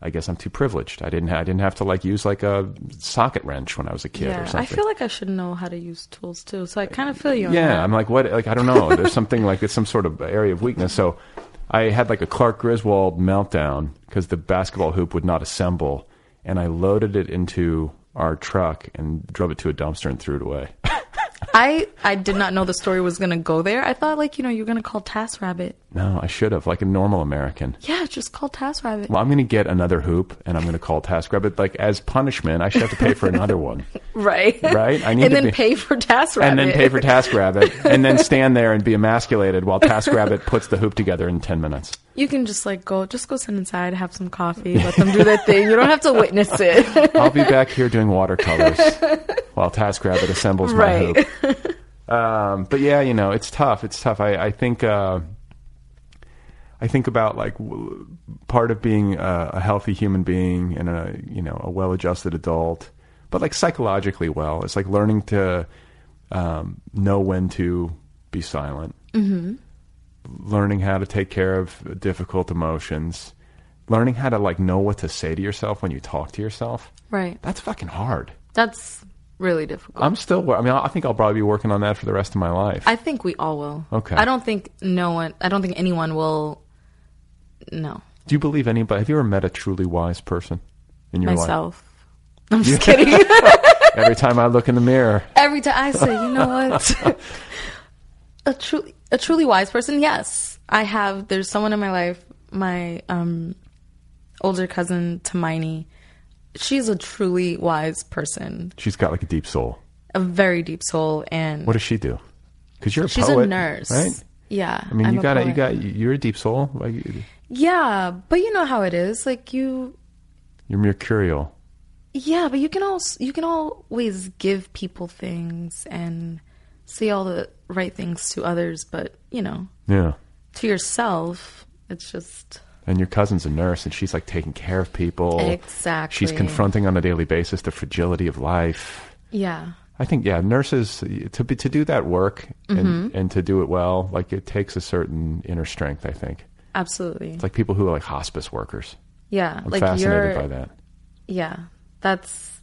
I guess I'm too privileged. I didn't ha- I didn't have to like use like a socket wrench when I was a kid or
yeah,
something.
I feel like I should know how to use tools too. So I kind of feel you. on
Yeah,
that.
I'm like, what? Like, I don't know. There's something like it's some sort of area of weakness. So I had like a Clark Griswold meltdown because the basketball hoop would not assemble, and I loaded it into our truck and drove it to a dumpster and threw it away.
I I did not know the story was gonna go there. I thought like you know you're gonna call Task Rabbit.
no, I should have, like a normal American.
Yeah, just call Task Rabbit.
Well, I'm going to get another hoop and I'm going to call TaskRabbit. Like, as punishment, I should have to pay for another one.
Right.
Right? I need
and
to
then
be-
pay for Task Rabbit.
and then pay for TaskRabbit and then stand there and be emasculated while TaskRabbit puts the hoop together in 10 minutes.
You can just like go, just go sit inside, have some coffee, let them do their thing. You don't have to witness it.
I'll be back here doing watercolors while TaskRabbit assembles
Right.
my hoop. Um, but yeah, you know, it's tough. It's tough. I, I think. Uh, I think about like w- part of being a, a healthy human being and a you know a well-adjusted adult, but like psychologically well. It's like learning to um, know when to be silent, mm-hmm. learning how to take care of difficult emotions, learning how to like know what to say to yourself when you talk to yourself.
right.
That's fucking hard.
That's really difficult.
I'm still. wor- I mean, I think I'll probably be working on that for the rest of my life.
I think we all will.
Okay.
I don't think no one. I don't think anyone will. No,
Do you believe anybody? Have you ever met a truly wise person in your life?
myself. I'm just kidding.
Every time I look in the mirror,
Every time I say, you know what, a truly a truly wise person. Yes, I have. There's someone in my life. My um, older cousin Tamini. She's a truly wise person.
she's got like a deep soul.
a very deep soul and
What does she do? Because you're a
she's
poet,
a nurse
right?
yeah
I mean,
I'm
you
a
got it. You
poet.
got you're a deep soul. Like you-
yeah but you know how it is like you
you're mercurial.
yeah but you can also you can always give people things and say all the right things to others but you know
Yeah.
to yourself it's just
And your cousin's a nurse, and she's like taking care of people.
Exactly.
She's confronting on a daily basis the fragility of life.
yeah
I think yeah, nurses to be, to do that work
Mm-hmm.
and, and to do it well, like it takes a certain inner strength. I think
absolutely
it's like people who are like hospice workers.
yeah
I'm
like
fascinated
you're
by that.
yeah that's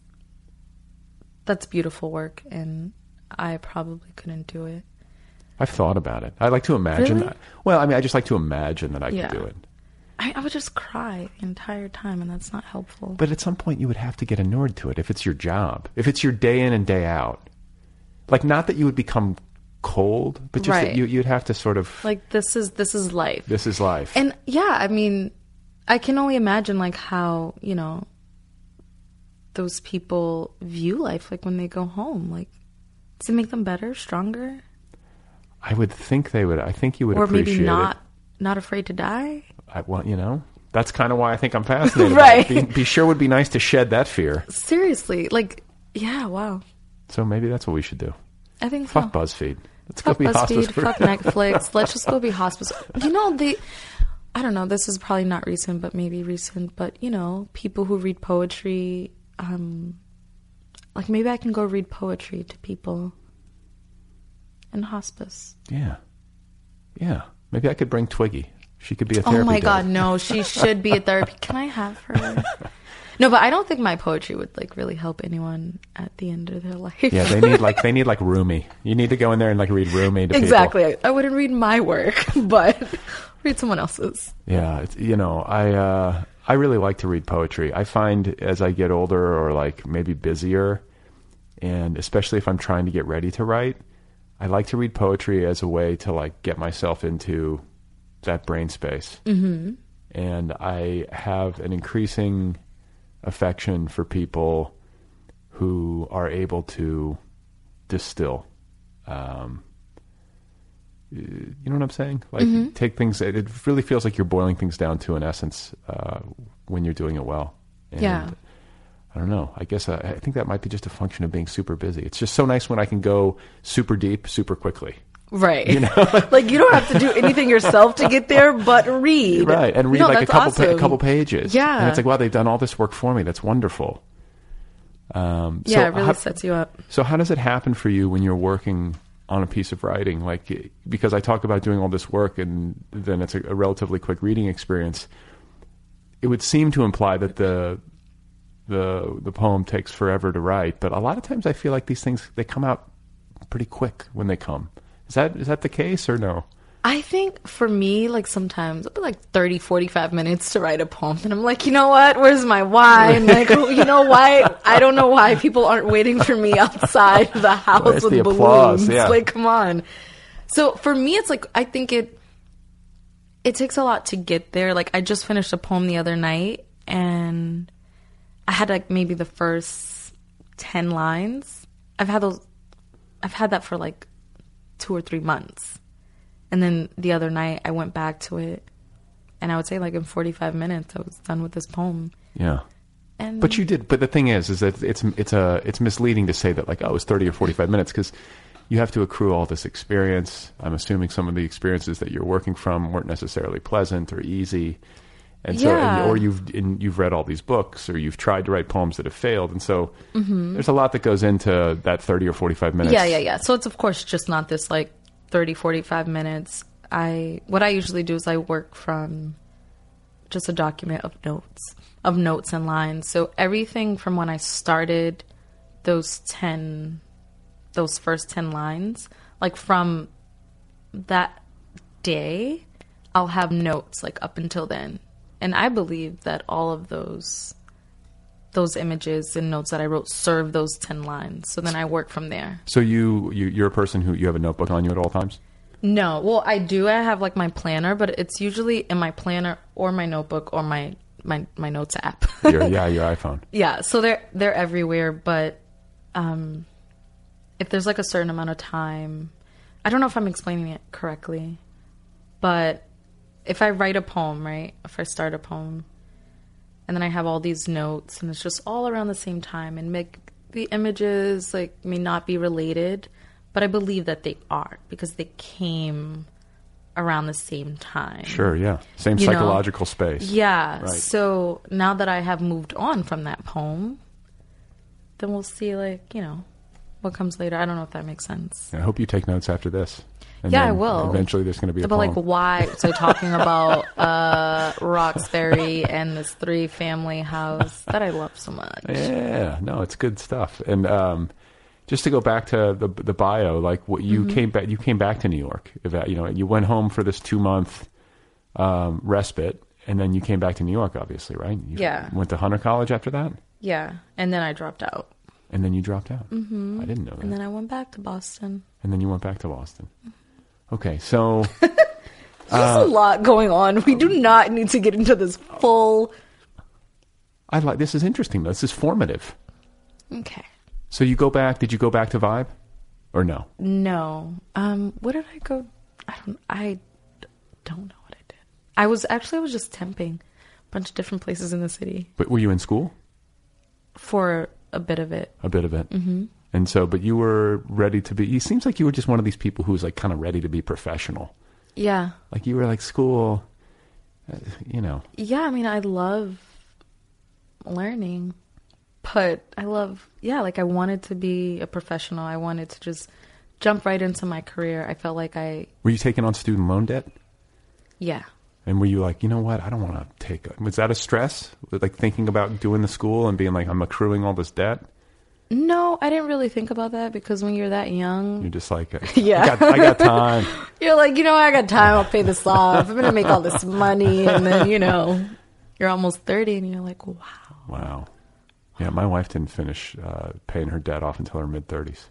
that's beautiful work and i probably couldn't do it
I've thought about it. I like to imagine.
Really?
Well, I mean, I just like to imagine that I
Yeah.
could do it.
I, I would just cry the entire time, and that's not helpful.
But at some point, you would have to get inured to it if it's your job, if it's your day in and day out. Like, not that you would become cold, but just
Right.
that you, you'd have to sort of.
like this is this is life,
this is life.
and yeah, I mean, I can only imagine like how you know those people view life, like when they go home, like does it make them better, stronger,
I would think they would. I think you would
or
appreciate
maybe not
it.
not afraid to die?
I want you know. That's kind of why I think I'm fascinated.
Right.
By it. Be, be sure would be nice to shed that fear.
Seriously, like yeah, wow,
So maybe that's what we should do.
I think so.
Fuck BuzzFeed. Let's
Oh. fuck
go be hospice
BuzzFeed,
for
fuck Netflix. Let's just go be hospice. You know the, I don't know. This is probably not recent, but maybe recent. But you know, people who read poetry, um, like maybe I can go read poetry to people in hospice.
yeah, yeah. Maybe I could bring Twiggy. She could be a therapy.
Oh my
dog.
god, no! She should be a therapy. Can I have her? No, but I don't think my poetry would like really help anyone at the end of their life.
Yeah, they need like they need like Rumi. You need to go in there and like read Rumi to
exactly. I, I wouldn't read my work, but read someone else's.
people. Yeah, it's, you know, I uh, I really like to read poetry. I find as I get older or like maybe busier, and especially if I'm trying to get ready to write, I like to read poetry as a way to like get myself into that brain space. Mm-hmm. And I have an increasing affection for people who are able to distill. Um, you know what I'm saying? Like take things. It, it really feels like you're boiling things down to an essence uh, when you're doing it well. And
Yeah.
I don't know. I guess I, I think that might be just a function of being super busy. It's just so nice when I can go super deep, super quickly.
Right. like you don't have to do anything yourself to get there, but read.
Right, and read
No,
like a
that's
couple pa- a
awesome.
couple pages.
Yeah.
and it's like wow, they've done all this work for me. That's wonderful. Um,
Yeah,
so
it really
how-
sets you up.
So how does it happen for you when you're working on a piece of writing? Like because I talk about doing all this work and then it's a, a relatively quick reading experience. It would seem to imply that the the the poem takes forever to write, but a lot of times I feel like these things they come out pretty quick when they come. Is that is that the case or no?
I think for me, like sometimes it'll be like 30, 45 minutes to write a poem. And I'm like, you know what? Where's my why? And like, you know why? I don't know why people aren't waiting for me outside the house
Where's
with
the
balloons.
applause? Yeah.
Like, come on. So for me, it's like, I think it, it takes a lot to get there. Like, I just finished a poem the other night and I had like maybe the first 10 lines. I've had those, I've had that for like two or three months. And then the other night, I went back to it, and I would say like in 45 minutes, I was done with this poem.
Yeah.
And
But you did. But the thing is, is that it's it's a it's misleading to say that like oh it's thirty or forty five minutes because you have to accrue all this experience. I'm assuming some of the experiences that you're working from weren't necessarily pleasant or easy, and so
Yeah.
and, or you've and you've read all these books or you've tried to write poems that have failed, and so there's a lot that goes into that thirty or forty five minutes.
Mm-hmm. yeah, yeah, yeah. So it's of course just not this like 30, 45 minutes. I what I usually do is I work from just a document of notes, of notes and lines. So everything from when I started those 10 those first 10 lines, like from that day, I'll have notes like up until then. And I believe that all of those those images and notes that I wrote serve those 10 lines. So then I work from there.
So you, you you're a person who you have a notebook on you at all times.
No, well, I do. I have like my planner, but it's usually in my planner or my notebook or my my my notes app.
Your, yeah, your iPhone.
yeah, so they're they're everywhere, but um, if there's like a certain amount of time, I don't know if I'm explaining it correctly, but if I write a poem, right? If I start a poem, and then I have all these notes, and it's just all around the same time, and make the images like may not be related, but I believe that they are because they came around the same time.
Sure. Yeah. Same
You know.
psychological space.
Yeah.
Right.
So now that I have moved on from that poem, then we'll see, like, you know, what comes later. I don't know if that makes sense.
I hope you take notes after this. And
yeah, I
then
will.
Eventually, there's going to be a
But, like,
poem.
why? So, talking about uh, Roxbury and this three family house that I love so much.
Yeah, no, it's good stuff. And um, just to go back to the the bio, like what you
Mm-hmm.
came back, you came back to New York. If that, you know, you went home for this two month um, respite, and then you came back to New York, obviously, right? You
Yeah.
Went to Hunter College after that,
Yeah. And then I dropped out.
and then you dropped out. Mm-hmm. I didn't know that.
And then I went back to Boston.
you went back to Boston.
Mm-hmm.
Okay, so
There's
Uh,
a lot going on. We do not need to get into this full.
I like this is interesting. though. This is formative.
Okay.
So you go back? Did you go back to Vibe, or no?
No. Um, what did I go? I don't. I don't know what I did. I was actually I was just temping a bunch of different places in the city
But were you in school?
for a bit of it.
a bit of it. Mm-hmm. And so, but you were ready to be. You seems like you were just one of these people who was like kind of ready to be professional.
Yeah.
Like you were like school, uh, you know.
Yeah. I mean, I love learning, but I love yeah. Like I wanted to be a professional. I wanted to just jump right into my career. I felt like I
Were you taking on student loan debt?
yeah.
And were you like, you know what? I don't want to take. A, was that a stress? Like thinking about doing the school and being like, I'm accruing all this debt.
No, I didn't really think about that because when you're that young,
You're just like, uh,
Yeah.
I got, I got time.
You're like, you know, what, I got time. I'll pay this off. I'm gonna make all this money, and then you know, you're almost thirty, and you're like, wow.
wow. Yeah, my wife didn't finish uh, paying her debt off until her mid 30s.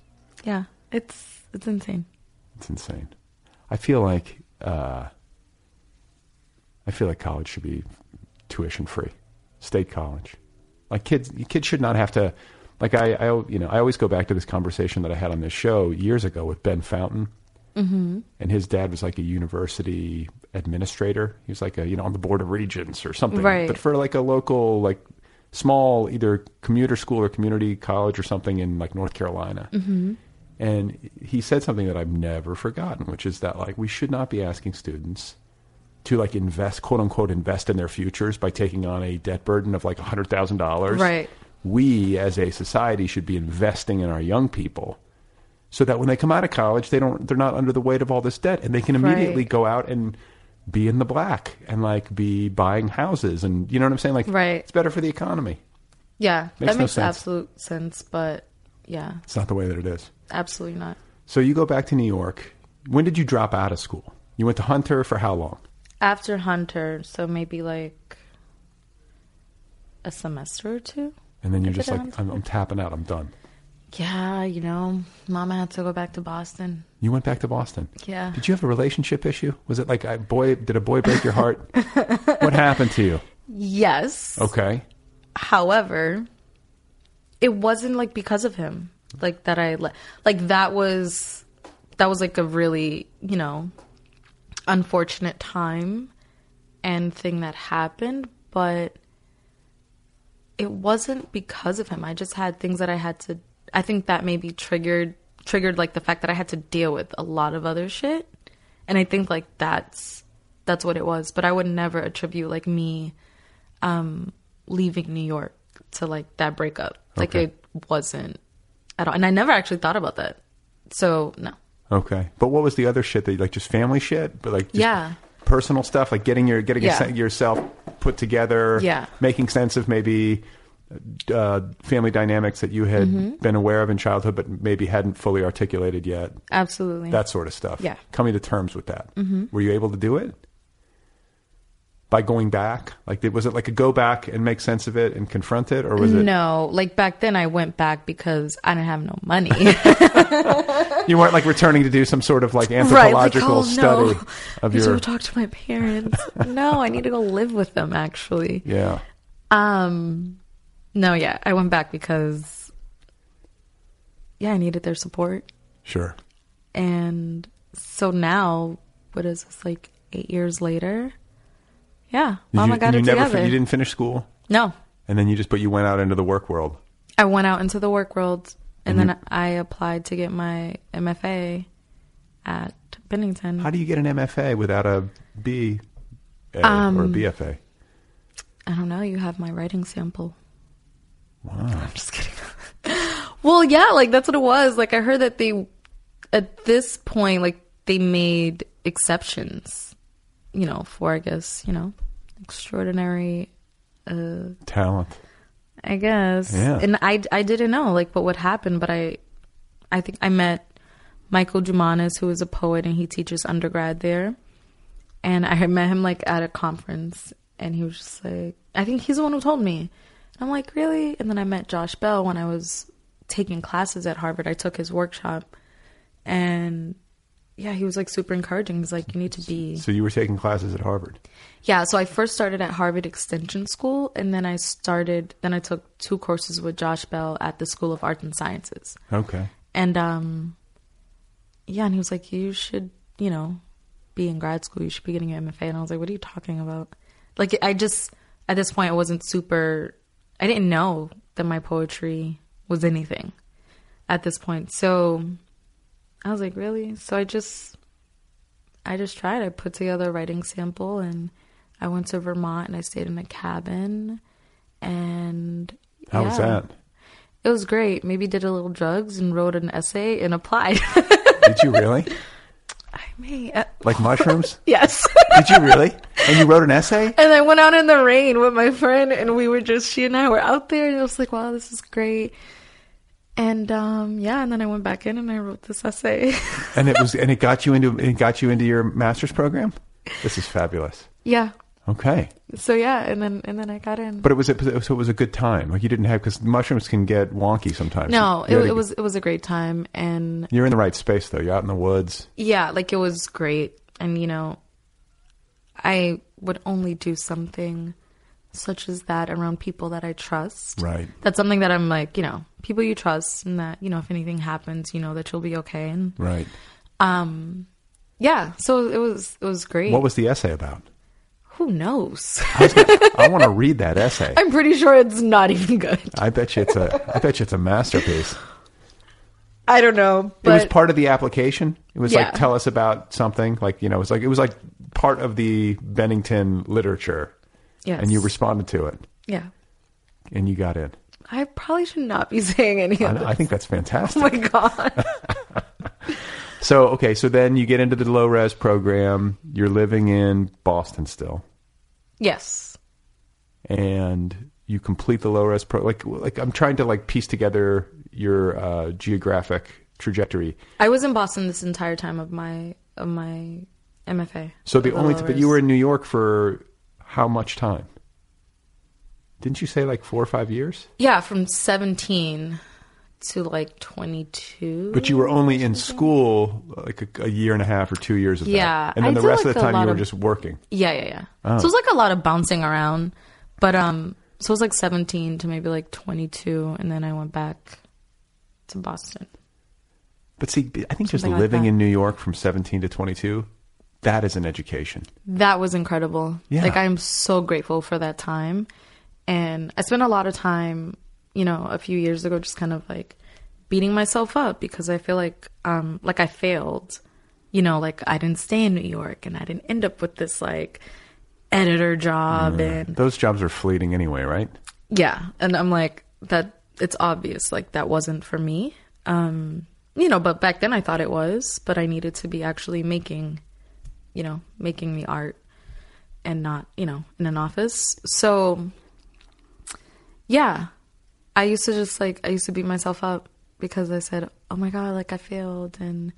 Yeah, it's it's insane.
It's insane. I feel like uh, I feel like college should be tuition free, state college. Like kids, kids should not have to. Like I, I, you know, I always go back to this conversation that I had on this show years ago with Ben Fountain, and his dad was like a university administrator. He was like a, you know, on the board of regents or something.
Right.
But for like a local, like small either commuter school or community college or something in like North Carolina. And he said something that I've never forgotten, which is that like we should not be asking students to like invest, quote unquote, invest in their futures by taking on a debt burden of like hundred thousand dollars.
Right.
We as a society should be investing in our young people so that when they come out of college, they don't they're not under the weight of all this debt and they can immediately
Right.
go out and be in the black and like be buying houses and you know what I'm saying? Like
Right.
it's better for the economy.
Yeah,
Makes
that
no
makes
sense.
absolute sense, but yeah,
It's not the way that it is.
absolutely not.
So you go back to New York. When did you drop out of school? You went to Hunter for how long?
After Hunter, so maybe like a semester or two.
And then you're
I
just
did
like,
Hunter.
I'm, I'm tapping out. I'm done.
Yeah, you know, Mama had to go back to Boston.
You went back to Boston.
Yeah.
Did you have a relationship issue? Was it like, I, boy, did a boy break your heart? what happened to you? Oh.
Yes.
Okay.
However, it wasn't like because of him, like that I le- like that was that was like a really you know unfortunate time and thing that happened, but it wasn't because of him. I just had things that I had to. I think that maybe triggered triggered like the fact that I had to deal with a lot of other shit, and I think like that's that's what it was. But I would never attribute like me um, leaving New York to like that breakup. Like
Okay.
it wasn't at all. And I never actually thought about that. So no.
Okay. But what was the other shit that you like just family shit, but like just
Yeah.
personal stuff, like getting your getting your-
Yeah.
yourself put together,
Yeah.
making sense of maybe uh, family dynamics that you had
Mm-hmm.
been aware of in childhood, but maybe hadn't fully articulated yet.
Absolutely.
That sort of stuff.
Yeah.
Coming to terms with that. Mm-hmm. Were you able to do it? By going back, like was it like a go back and make sense of it and confront it, or was it
no, like back then I went back because I didn't have no money.
you weren't like returning to do some sort of like
right. Like,
anthropological
oh,
study
no.
of
I need to
your
go talk to my parents. no, I need to go live with them actually.
yeah?
Um no, yeah. I went back because yeah, I needed their support.
Sure.
And so now, what is this like eight years later? Yeah, Mama
you,
got
you
it
never,
together.
You didn't finish school,
no,
and then you just but you went out into the work world.
I went out into the work world, and then
Mm-hmm.
I applied to get my MFA at Bennington.
How do you get an MFA without a B A
Um,
or a BFA?
I don't know. You have my writing sample.
Wow.
I'm just kidding. well, yeah, like that's what it was. Like I heard that they, at this point, like they made exceptions, you know, for I guess you know, extraordinary
Talent.
I guess.
Yeah.
And I, I didn't know like what would happen, but I I think I met Michael Jumanis, who is a poet and he teaches undergrad there. And I had met him like at a conference and he was just like I think he's the one who told me. And I'm like, really? And then I met Josh Bell when I was taking classes at Harvard. I took his workshop and yeah, he was like super encouraging. He's like, you need to be
So you were taking classes at Harvard.
yeah, so I first started at Harvard Extension School, and then I started, then I took two courses with Josh Bell at the School of Arts and Sciences.
Okay.
And, um, yeah, and he was like, You should, you know, be in grad school, you should be getting your MFA. And I was like, What are you talking about? Like, I just, at this point, I wasn't super, I didn't know that my poetry was anything at this point. So I was like, Really? So I just, I just tried. I put together a writing sample and I went to Vermont and I stayed in a cabin. And
How was
yeah.
that?
It was great. Maybe did a little drugs and wrote an essay and applied.
Did you really?
I mean, uh,
Like mushrooms?
yes.
Did you really? And you wrote an essay?
and I went out in the rain with my friend, and we were just she and I were out there, and it was like, wow, this is great. And um, yeah, and then I went back in and I wrote this essay.
And it was and it got you into it got you into your master's program? This is fabulous.
yeah.
Okay.
So yeah, and then and then I got in.
But it was a, so it was a good time. Like you didn't have because mushrooms can get wonky sometimes.
no,
You
it,
had
it
to-
was it was a great time, and
You're in the right space though. You're out in the woods.
yeah, like it was great. And you know, I would only do something such as that around people that I trust.
Right.
That's something that I'm like, you know, people you trust and that, you know, if anything happens, you know that you'll be okay. And
Right.
yeah, so it was it was great.
What was the essay about?
Who knows?
I want to read that essay.
I'm pretty sure it's not even good.
I bet you it's a. I bet you it's a masterpiece.
I don't know,
it was
but
part of the application. It was
Yeah.
like tell us about something. Like you know, it was like it was like part of the Bennington literature,
yes.
and you responded to it,
Yeah.
and you got in.
I probably should not be saying any
I,
of this.
I think that's fantastic.
Oh my god.
so okay, so then you get into the low res program. You're living in Boston still,
yes.
and you complete the low res pro. Like like I'm trying to like piece together your uh, geographic trajectory.
I was in Boston this entire time of my of my MFA.
So the
A
only,
little
but you were
over-
in New York for how much time? Didn't you say like four or five years?
yeah, from 17 to like 22.
But you were only in school like a, a year and a half or two years of that.
Yeah,
and then
I
the
did,
rest of
like,
the
a
time you
lot
were
of-
just working.
Yeah, yeah, yeah. So it was like a lot of bouncing around, but um, so it was like 17 to maybe like 22, and then I went back to Boston.
But see, I think just
Something like
living
that.
in New York from 17 to 22, that is an education.
That was incredible.
Yeah.
Like I'm so grateful for that time, and I spent a lot of time, you know, a few years ago, just kind of like beating myself up because I feel like um, like I failed. You know, like I didn't stay in New York, and I didn't end up with this like editor job and
Those jobs are fleeting anyway, right?
yeah and i'm like that it's obvious like that wasn't for me um you know but back then i thought it was but i needed to be actually making you know making the art and not you know in an office so yeah i used to just like i used to beat myself up because i said oh my god like i failed and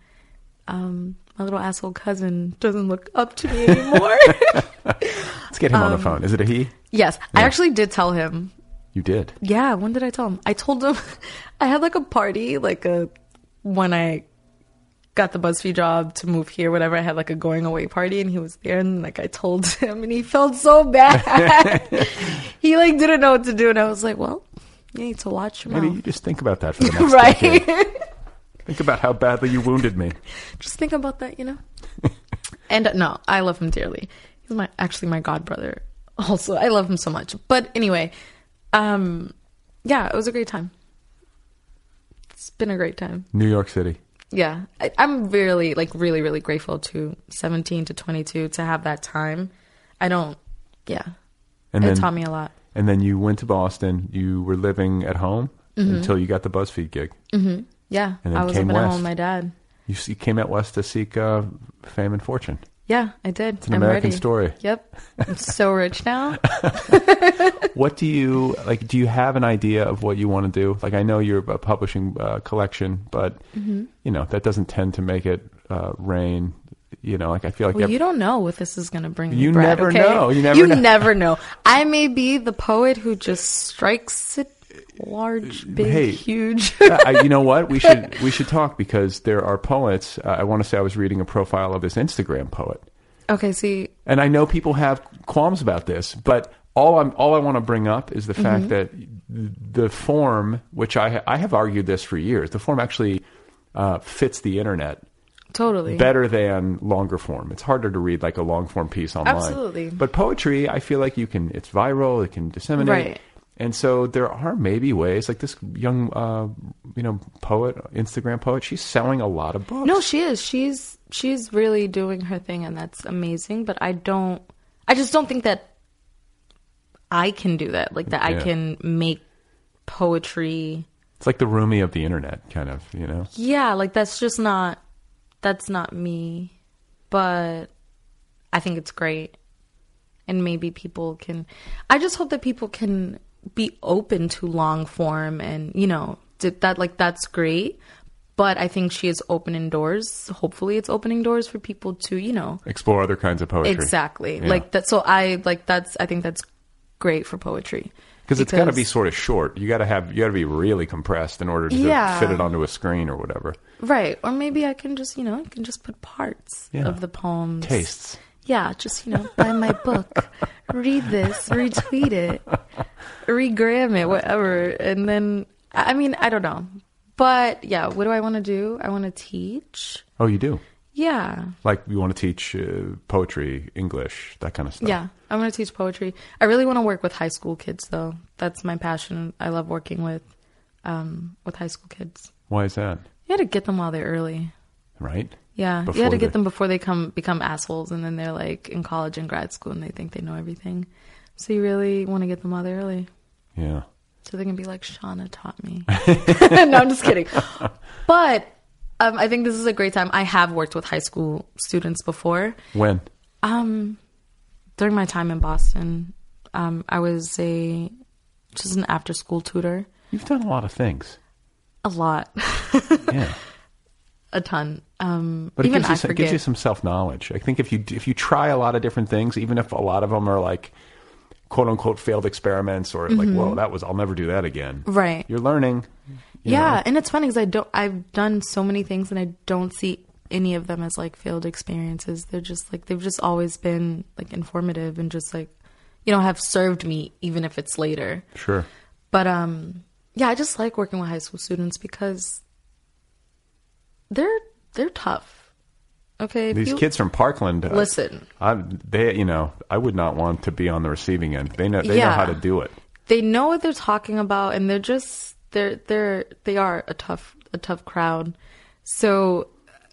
um my little asshole cousin doesn't look up to me anymore
Let's get him
Um,
on the phone. Is it a he?
yes i actually did tell him
You did.
yeah, when did I tell him? I told him I had like a party, like a when I got the BuzzFeed job to move here, whatever. I had like a going away party, and he was there, and like I told him, and he felt so bad. he like didn't know what to do, and I was like, well, you need to watch your
Maybe
mouth,
you just think about that for the next decade.
right?
Think about how badly you wounded me.
Just think about that, you know. and uh, no, I love him dearly. He's my actually my god brother. Also, I love him so much. But anyway, um, yeah, it was a great time. It's been a great time.
New York City.
yeah I, i'm really like really really grateful to 17 to 22 to have that time i don't yeah
And
it
then,
taught me a lot
and then you went to Boston. You were living at home
Mm-hmm.
until you got the BuzzFeed gig.
yeah
And then
i was
came
living at home
west.
with my dad
You, s- you came out west to seek uh, fame and fortune.
yeah i did
It's an American
ready.
story.
yep i'm so rich now
What do you like? Do you have an idea of what you want to do? Like, I know you're a publishing uh, collection, but
Mm-hmm.
you know that doesn't tend to make it uh, rain. You know, like I feel like
well,
ev-
you don't know what this is going to bring
You
me, Brad,
never
okay?
know. You never know.
never know i may be the poet who just strikes it large big
Uh, Hey. Uh,
huge
I, you know what? We should we should talk because there are poets. Uh, I want to say I was reading a profile of this Instagram poet,
okay see
and I know people have qualms about this, but all I'm all I want to bring up is the
Mm-hmm.
fact that the form, which I ha- I have argued this for years, the form actually uh, fits the internet
totally
better than longer form. It's harder to read like a long form piece online.
Absolutely.
But poetry, I feel like you can. It's viral. It can disseminate.
Right.
And so there are maybe ways like this young, uh, you know, poet, Instagram poet. She's selling a lot of books.
No, she is. She's she's really doing her thing, and that's amazing. But I don't. I just don't think that I can do that. Like that, I
Yeah.
can make poetry.
it's like the Rumi of the internet, kind of. You know,
Yeah, like that's just not. That's not me. But I think it's great, and maybe people can. I just hope that people can be open to long form, and you know did that. Like that's great. But I think she is opening doors. Hopefully, it's opening doors for people to, you know,
explore other kinds of poetry.
Exactly.
Yeah.
Like that. So I like that's. I think that's great for poetry
Because it's got to be sort of short. You got to have you got to be really compressed in order to
Yeah.
fit it onto a screen or whatever.
right. Or maybe I can just you know I can just put parts
Yeah.
of the poems.
Tastes.
Yeah, just you know buy my book, read this, retweet it, regram it, whatever, and then I I mean I don't know, but yeah, what do I want to do? I want to teach.
Oh, you do.
Yeah.
Like you want to teach uh, poetry, English, that kind of stuff.
Yeah, I want to teach poetry. I really want to work with high school kids, though. That's my passion. I love working with um, with high school kids.
Why is that?
You had to get them while they're early.
Right.
Yeah, you had
Before
to get
they-
them before they come become assholes, and then they're like in college and grad school, and they think they know everything. So you really want to get them while they're early,
Yeah.
so they can be like, "Shauna taught me." no, I'm just kidding. But um, I think this is a great time. I have worked with high school students before,
When?
Um, during my time in Boston, um, I was a just an after school tutor.
You've done a lot of things.
A lot.
Yeah.
a ton. Um,
But it
even
gives,
I
you some, it gives
forget.
you some self knowledge. I think if you if you try a lot of different things, even if a lot of them are like quote unquote failed experiments or
Mm-hmm.
like whoa that was I'll never do that again.
Right.
You're learning. you
yeah,
know.
and it's funny because I don't. I've done so many things, and I don't see any of them as like failed experiences. They're just like they've just always been like informative and just like you know have served me, even if it's later.
Sure.
But um, yeah, I just like working with high school students because they're they're tough. Okay, if
These
you-
kids from Parkland. uh,
Listen.
I'm, they you know I would not want to be on the receiving end. They know they know
Yeah.
how to do it.
they know what they're talking about and they're just they're they're they are a tough a tough crowd so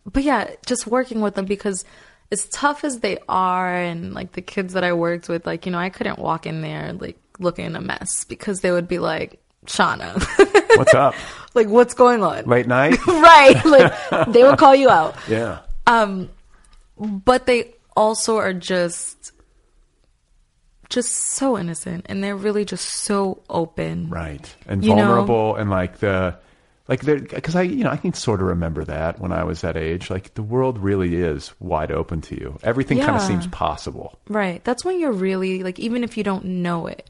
but yeah just working with them because as tough as they are and like the kids that i worked with like you know i couldn't walk in there like looking a mess because they would be like shauna
What's up?
like what's going on
Late night.
right like they would call you out
Yeah.
but they also are just just so innocent and they're really just so open
right and
You know?
vulnerable and like the like there because i you know i can sort of remember that when i was that age like the world really is wide open to you everything kind
Yeah.
of seems possible
Right. That's when you're really like even if you don't know it,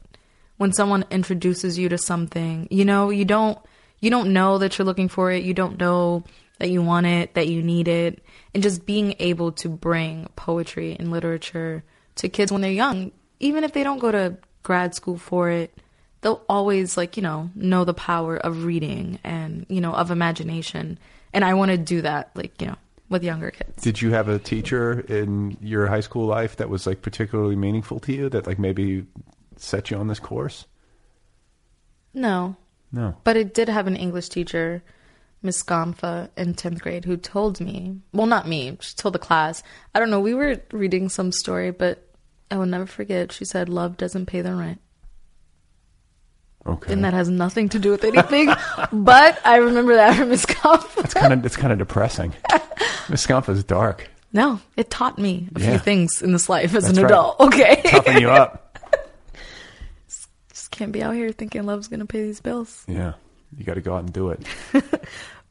when someone introduces you to something, you know, you don't you don't know that you're looking for it, you don't know that you want it, that you need it, and just being able to bring poetry and literature to kids when they're young, even if they don't go to grad school for it, they'll always like, you know, know the power of reading and, you know, of imagination. And I want to do that like, you know, with younger kids.
did you have a teacher in your high school life that was like particularly meaningful to you that like maybe set you on this course
No.
no
But it did have an English teacher, Miss Gomfa, in 10th grade, who told me, well, not me, she told the class. I don't know, we were reading some story, but I will never forget. She said, Love doesn't pay the rent.
okay
And that has nothing to do with anything. but I remember that from Miss Gomfa.
it's kind of it's kind of depressing miss is dark
No, it taught me a
Yeah.
few things in this life as
That's
an
right.
adult. Okay.
toughen you up
Just can't be out here thinking love's going to pay these bills.
yeah you got to go out and do it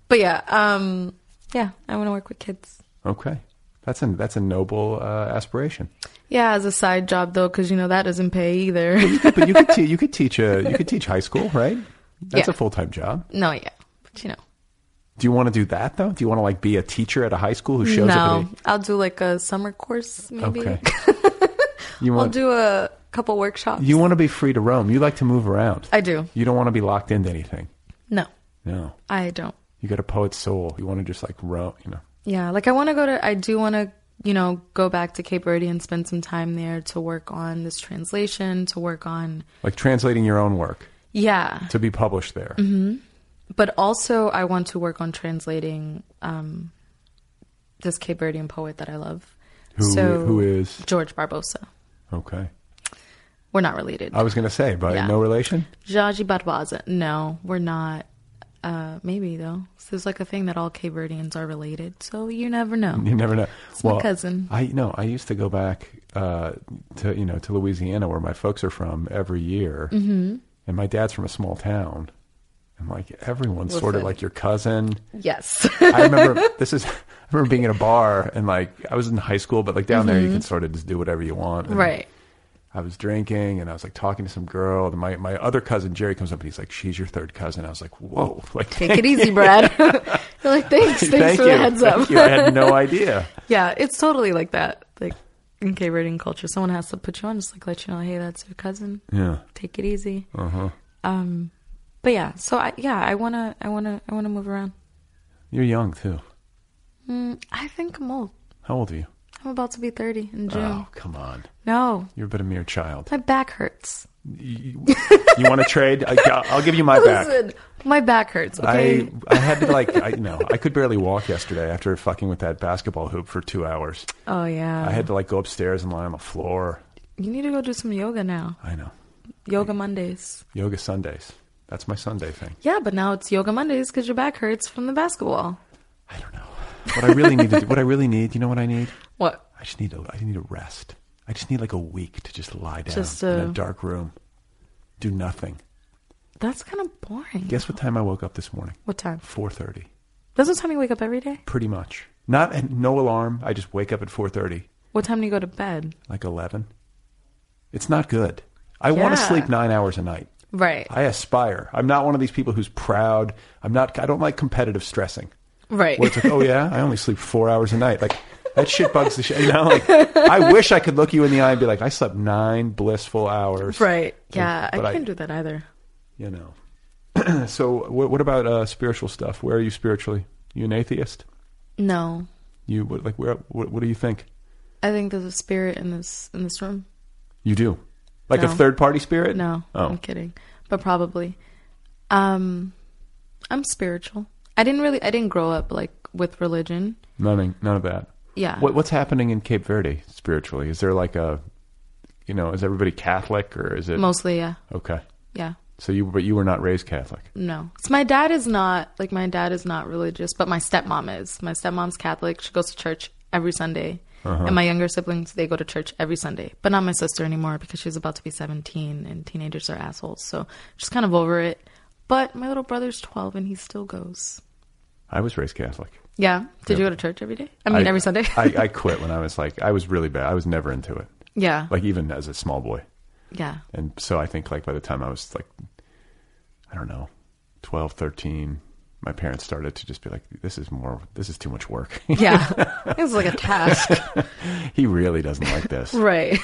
But yeah, um, yeah, I want to work with kids.
okay that's a that's a noble uh, aspiration
Yeah, as a side job though, because you know that doesn't pay either.
but you could te- you could teach a you could teach high school, right? That's
Yeah.
a full time job.
no, yeah, but you know,
Do you want to do that though? Do you want to like be a teacher at a high school who shows
no,
up?
I'll do like a summer
At
course maybe.
a, okay. you
I'll
want
do a couple workshops.
you want to be free to roam. You like to move around.
I do.
You don't want to be locked into anything.
No,
No,
I don't.
you got a poet's soul. You want to just like roam. You know.
Yeah, like I want to go to. I do want to, you know, go back to Cape Verde and spend some time there to work on this translation, to work on.
Like translating your own work
Yeah,
to be published there.
Mm-hmm. but also I want to work on translating um, this Cape Verdean poet that I love.
Who-
so,
who is-
George Barbosa?
Okay.
We're not related.
I was gonna say, but
Yeah.
no relation.
Jaji Barbosa. No, we're not. Uh, maybe though. So there's like a thing that all Cape Verdeans are related, so you never know.
You never know.
my cousin.
I no, I used to go back uh, to you know to Louisiana where my folks are from every year, mm-hmm. and my dad's from a small town, and like everyone's sort of
Listen.
like your cousin.
Yes.
I remember this is I remember being in a bar and like I was in high school, but like down there you can sort of just do whatever you want. And
Mm-hmm. right.
I was drinking and I was like talking to some girl, and my my other cousin Jerry comes up and he's like, "She's your third cousin." I was like, "Whoa!" Like
Take it easy, Brad. You're like, thanks, thanks
Thank
for
you.
the heads up.
Thank you. I had no idea.
yeah, it's totally like that. Like in Cape Verdean culture, someone has to put you on, just like let you know, hey, that's your cousin.
Yeah.
Take it easy. Uh huh. Um,
Uh-huh.
but yeah, so I yeah, I wanna, I wanna, I wanna move around.
You're young too.
I think I'm old.
How old are you?
I'm about to be thirty in June.
Oh, come on.
No,
You're but a mere child.
my back hurts.
You, want to trade? I, I'll give you my back.
Listen, my back hurts. Okay,
I, I had to like I no I could barely walk yesterday after fucking with that basketball hoop for two hours.
oh yeah,
I had to like go upstairs and lie on the floor.
you need to go do some yoga now.
I know
Yoga Mondays.
yoga Sundays. That's my Sunday thing.
Yeah, but now it's Yoga Mondays because your back hurts from the basketball.
I don't know what I really need. To do, what I really need, you know what I need?
What?
I just need a I need a rest. I just need like a week to just lie down
Just,
in a
uh,
dark room, do nothing.
That's kind of boring.
Guess what time I woke up this morning?
What time?
Four thirty.
That's what time you wake up every day.
Pretty much. Not and no alarm. I just wake up at four thirty,
What time do you go to bed?
like eleven. It's not good. I want to
Yeah.
sleep nine hours a night.
Right.
I aspire. I'm not one of these people who's proud. I'm not. I don't like competitive stressing.
right.
Where it's like, oh yeah, I only sleep four hours a night. Like that shit bugs the shit. You know, like I wish I could look you in the eye and be like, I slept nine blissful hours.
right. Yeah,
But
I can't do that either.
You know. so what, what about uh, spiritual stuff? Where are you spiritually? You an atheist?
No,
You what, like where? What, what do you think?
I think there's a spirit in this in this room.
You do. Like a
No.
third party spirit?
No,
Oh.
I'm kidding. But probably, um, I'm spiritual. I didn't really, I didn't grow up like with religion.
None, none of that.
Yeah.
What, what's happening in Cape Verde spiritually? Is there like a, you know, is everybody Catholic or is it?
Mostly, yeah,
Okay.
yeah.
So you, but you were not raised Catholic.
No, so my dad is not like my dad is not religious, but my stepmom is. My stepmom's Catholic. She goes to church every Sunday, and my younger siblings they go to church every Sunday, but not my sister anymore because she's about to be 17, and teenagers are assholes. So she's kind of over it. But my little brother's 12, and he still goes.
I was raised Catholic.
Yeah. Did you go to church every day? I mean, every Sunday.
I, I quit when I was like, I was really bad. I was never into it.
yeah.
Like even as a small boy.
yeah.
And so I think like by the time I was like, I don't know, 12, 13, my parents started to just be like, this is more, this is too much work.
Yeah. it was like a task.
he really doesn't like this.
right.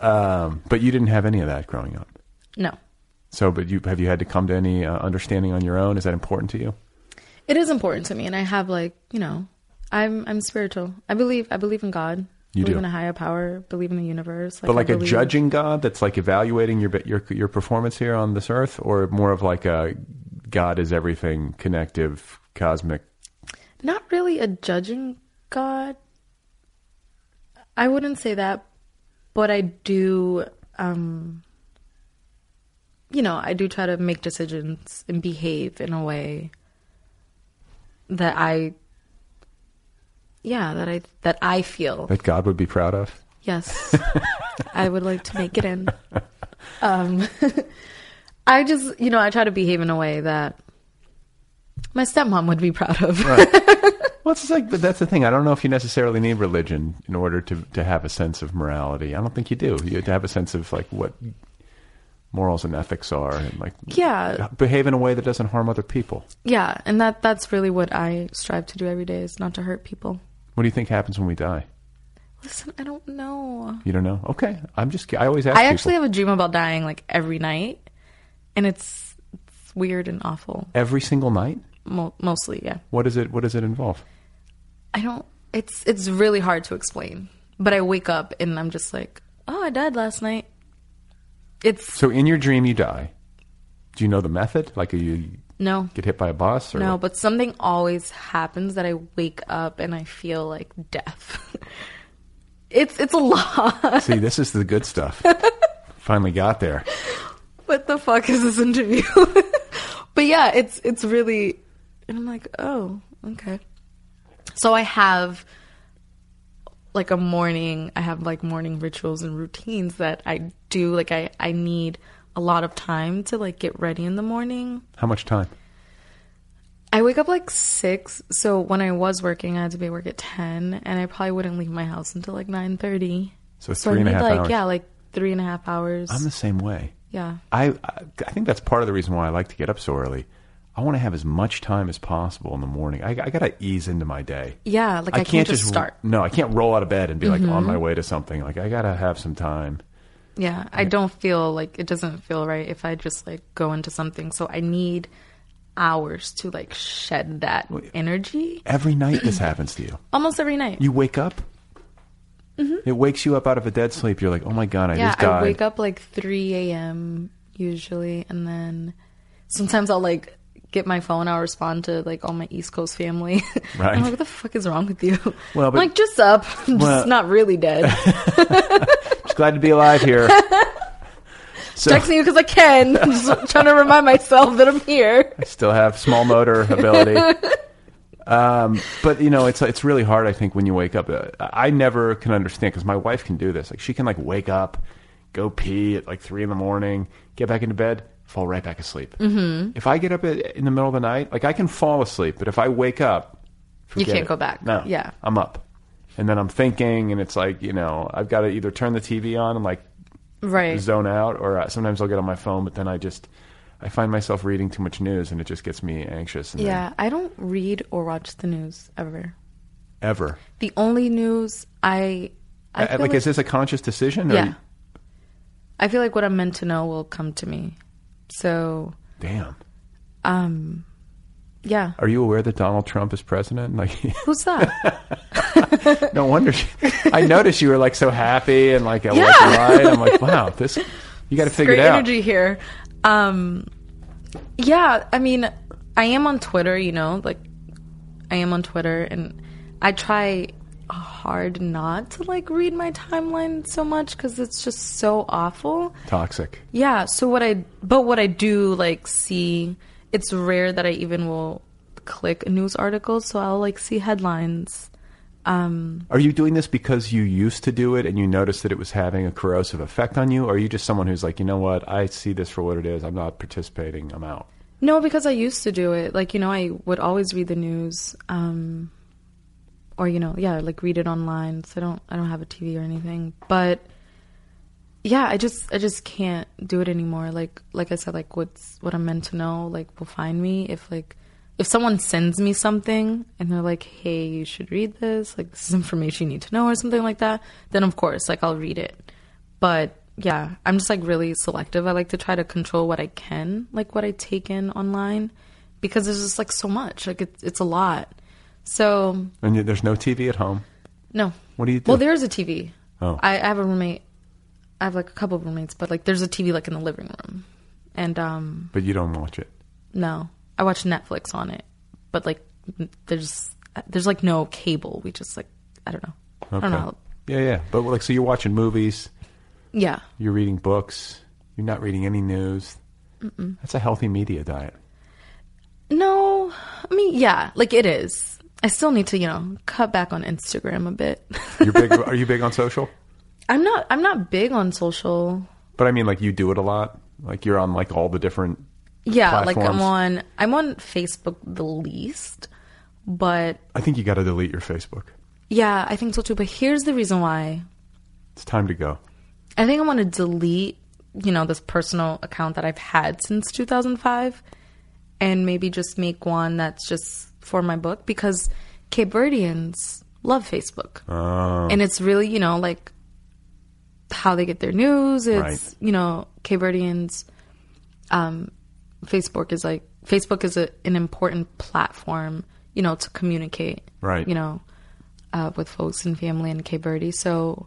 But you didn't have any of that growing up.
no.
So, but you have you had to come to any uh, understanding on your own? Is that important to you?
It is important to me and I have like, you know, I'm I'm spiritual. I believe I believe in God.
You
believe
do.
in a higher power, believe in the universe.
But like
I
a
believe-
judging God that's like evaluating your bit- your your performance here on this earth, or more of like a God is everything, connective, cosmic.
Not really a judging God. I wouldn't say that, but I do um you know, I do try to make decisions and behave in a way that I yeah, that I that I feel
that God would be proud of.
Yes. I would like to make it in. Um, I just, you know, I try to behave in a way that my stepmom would be proud of.
Well, it's just like but that's the thing. I don't know if you necessarily need religion in order to to have a sense of morality. I don't think you do. You have to have a sense of like what morals and ethics are, and like
Yeah.
behave in a way that doesn't harm other people.
Yeah. And that that's really what I strive to do every day is not to hurt people.
What do you think happens when we die?
Listen, I don't know.
You don't know? Okay, I'm just. I always ask.
I
people.
actually have a dream about dying like every night, and it's, it's weird and awful.
every single night.
Mo- mostly, yeah.
What is it? What does it involve?
I don't. It's it's really hard to explain. But I wake up and I'm just like, oh, I died last night. It's
So in your dream, you die. Do you know the method? Like you
no,
get hit by a bus or
no. But something always happens that I wake up and I feel like death. it's it's a lot.
see, this is the good stuff. Finally got there.
what the fuck is this interview? but yeah, it's it's really, and I'm like, oh, okay. So I have like a morning. I have like morning rituals and routines that I do. Like I I need a lot of time to like get ready in the morning.
How much time?
I wake up like six. So when I was working, I had to be at work at ten, and I probably wouldn't leave my house until like nine thirty.
So
So
three
I
and a
need
half
like
hours.
yeah, like three and a half hours.
I'm the same way.
yeah.
I I I think that's part of the reason why I like to get up so early. I want to have as much time as possible in the morning. I, I got to ease into my day.
Yeah, like I, can't, just start. Mm-hmm.
No, I can't roll out of bed and be like on my way to something. Like I got to have some time.
Yeah, I don't feel like it doesn't feel right if I just like go into something. So I need hours to like shed that energy
Every night this happens to you.
almost every night.
You wake up. It wakes you up out of a dead sleep. You're like, oh my god, I
Mm-hmm. yeah,
just died.
I wake up like 3 a.m. usually, and then sometimes I'll like get my phone. I'll respond to like all my East Coast family.
Right.
I'm like, what the fuck is wrong with you?
Well,
I'm
but-
like just up, I'm just
Well-
not really dead.
Just glad to be alive here. so
Texting you because I can. I'm just trying to remind myself that I'm here.
I still have small motor ability. Um, but you know, it's it's really hard. I think when you wake up, uh, I never can understand because my wife can do this. Like she can like wake up, go pee at like three in the morning, get back into bed, fall right back asleep. Mm-hmm. If I get up at, in the middle of the night, like I can fall asleep, but if I wake up,
You
forget
can't
it.
go back.
No,
Yeah.
I'm up, and then I'm thinking, and it's like you know, I've got to either turn the TV on and like
Right.
zone out, or uh, sometimes I'll get on my phone, but then I just I find myself reading too much news, and it just gets me anxious. And then
Yeah, I don't read or watch the news ever.
ever
The only news I, I
Uh,
feel
like, is this a conscious decision? Or
yeah. I feel like what I'm meant to know will come to me. So
Damn.
yeah,
Are you aware that Donald Trump is president? Like,
who's that?
no wonder. She, I noticed you were like so happy and like I
Yeah.
walked right. I'm like, wow, this. You got to figure
Great
it out.
energy here. Um, yeah, I mean, I am on Twitter. You know, like I am on Twitter, and I try hard not to like read my timeline so much because it's just so awful.
Toxic.
Yeah. So what I, but what I do like see, it's rare that I even will click a news article. So I'll like see headlines.
Are you doing this because you used to do it and you noticed that it was having a corrosive effect on you? Or are you just someone who's like, you know what? I see this for what it is. I'm not participating. I'm out.
No, because I used to do it. Like you know, I would always read the news, um, or you know, yeah, like read it online. So I don't, I don't have a TV or anything. But yeah, I just, I just can't do it anymore. Like, like I said, like what's what I'm meant to know, like will find me if like. If someone sends me something and they're like, "Hey, you should read this. Like, this is information you need to know," or something like that, then of course, like I'll read it. but yeah i'm just like really selective i like to try to control what i can like what i take in online because there's just like so much like it's it's a lot so
And yet there's no TV at home.
no
What do you do?
well there's a tv
Oh.
I, I have a roommate i have like a couple of roommates but like there's a tv like in the living room and um
but you don't watch it.
no i watch netflix on it but like there's there's like no cable we just like i don't know i don't
Okay.
know
Yeah, yeah. But like, so you're watching movies.
yeah
You're reading books. You're not reading any news. That's a healthy media diet.
No, I mean, yeah, like it is. I still need to, you know, cut back on Instagram a bit.
You're big. are you big on social?
I'm not. I'm not big on social.
But I mean, like you do it a lot. Like you're on like all the different.
Yeah, like
Platforms.
I'm on. I'm on Facebook the least, but
I think you got to delete your Facebook.
yeah, I think so too. But here's the reason why.
It's time to go.
I think I want to delete, you know, this personal account that I've had since 2005 and maybe just make one that's just for my book because Cape Verdeans love Facebook. And it's really, you know, like how they get their news. It's,
Right.
you know, Cape Verdeans, um, Facebook is like, Facebook is a, an important platform, you know, to communicate,
Right.
you know, uh, with folks and family in Cape Verde. So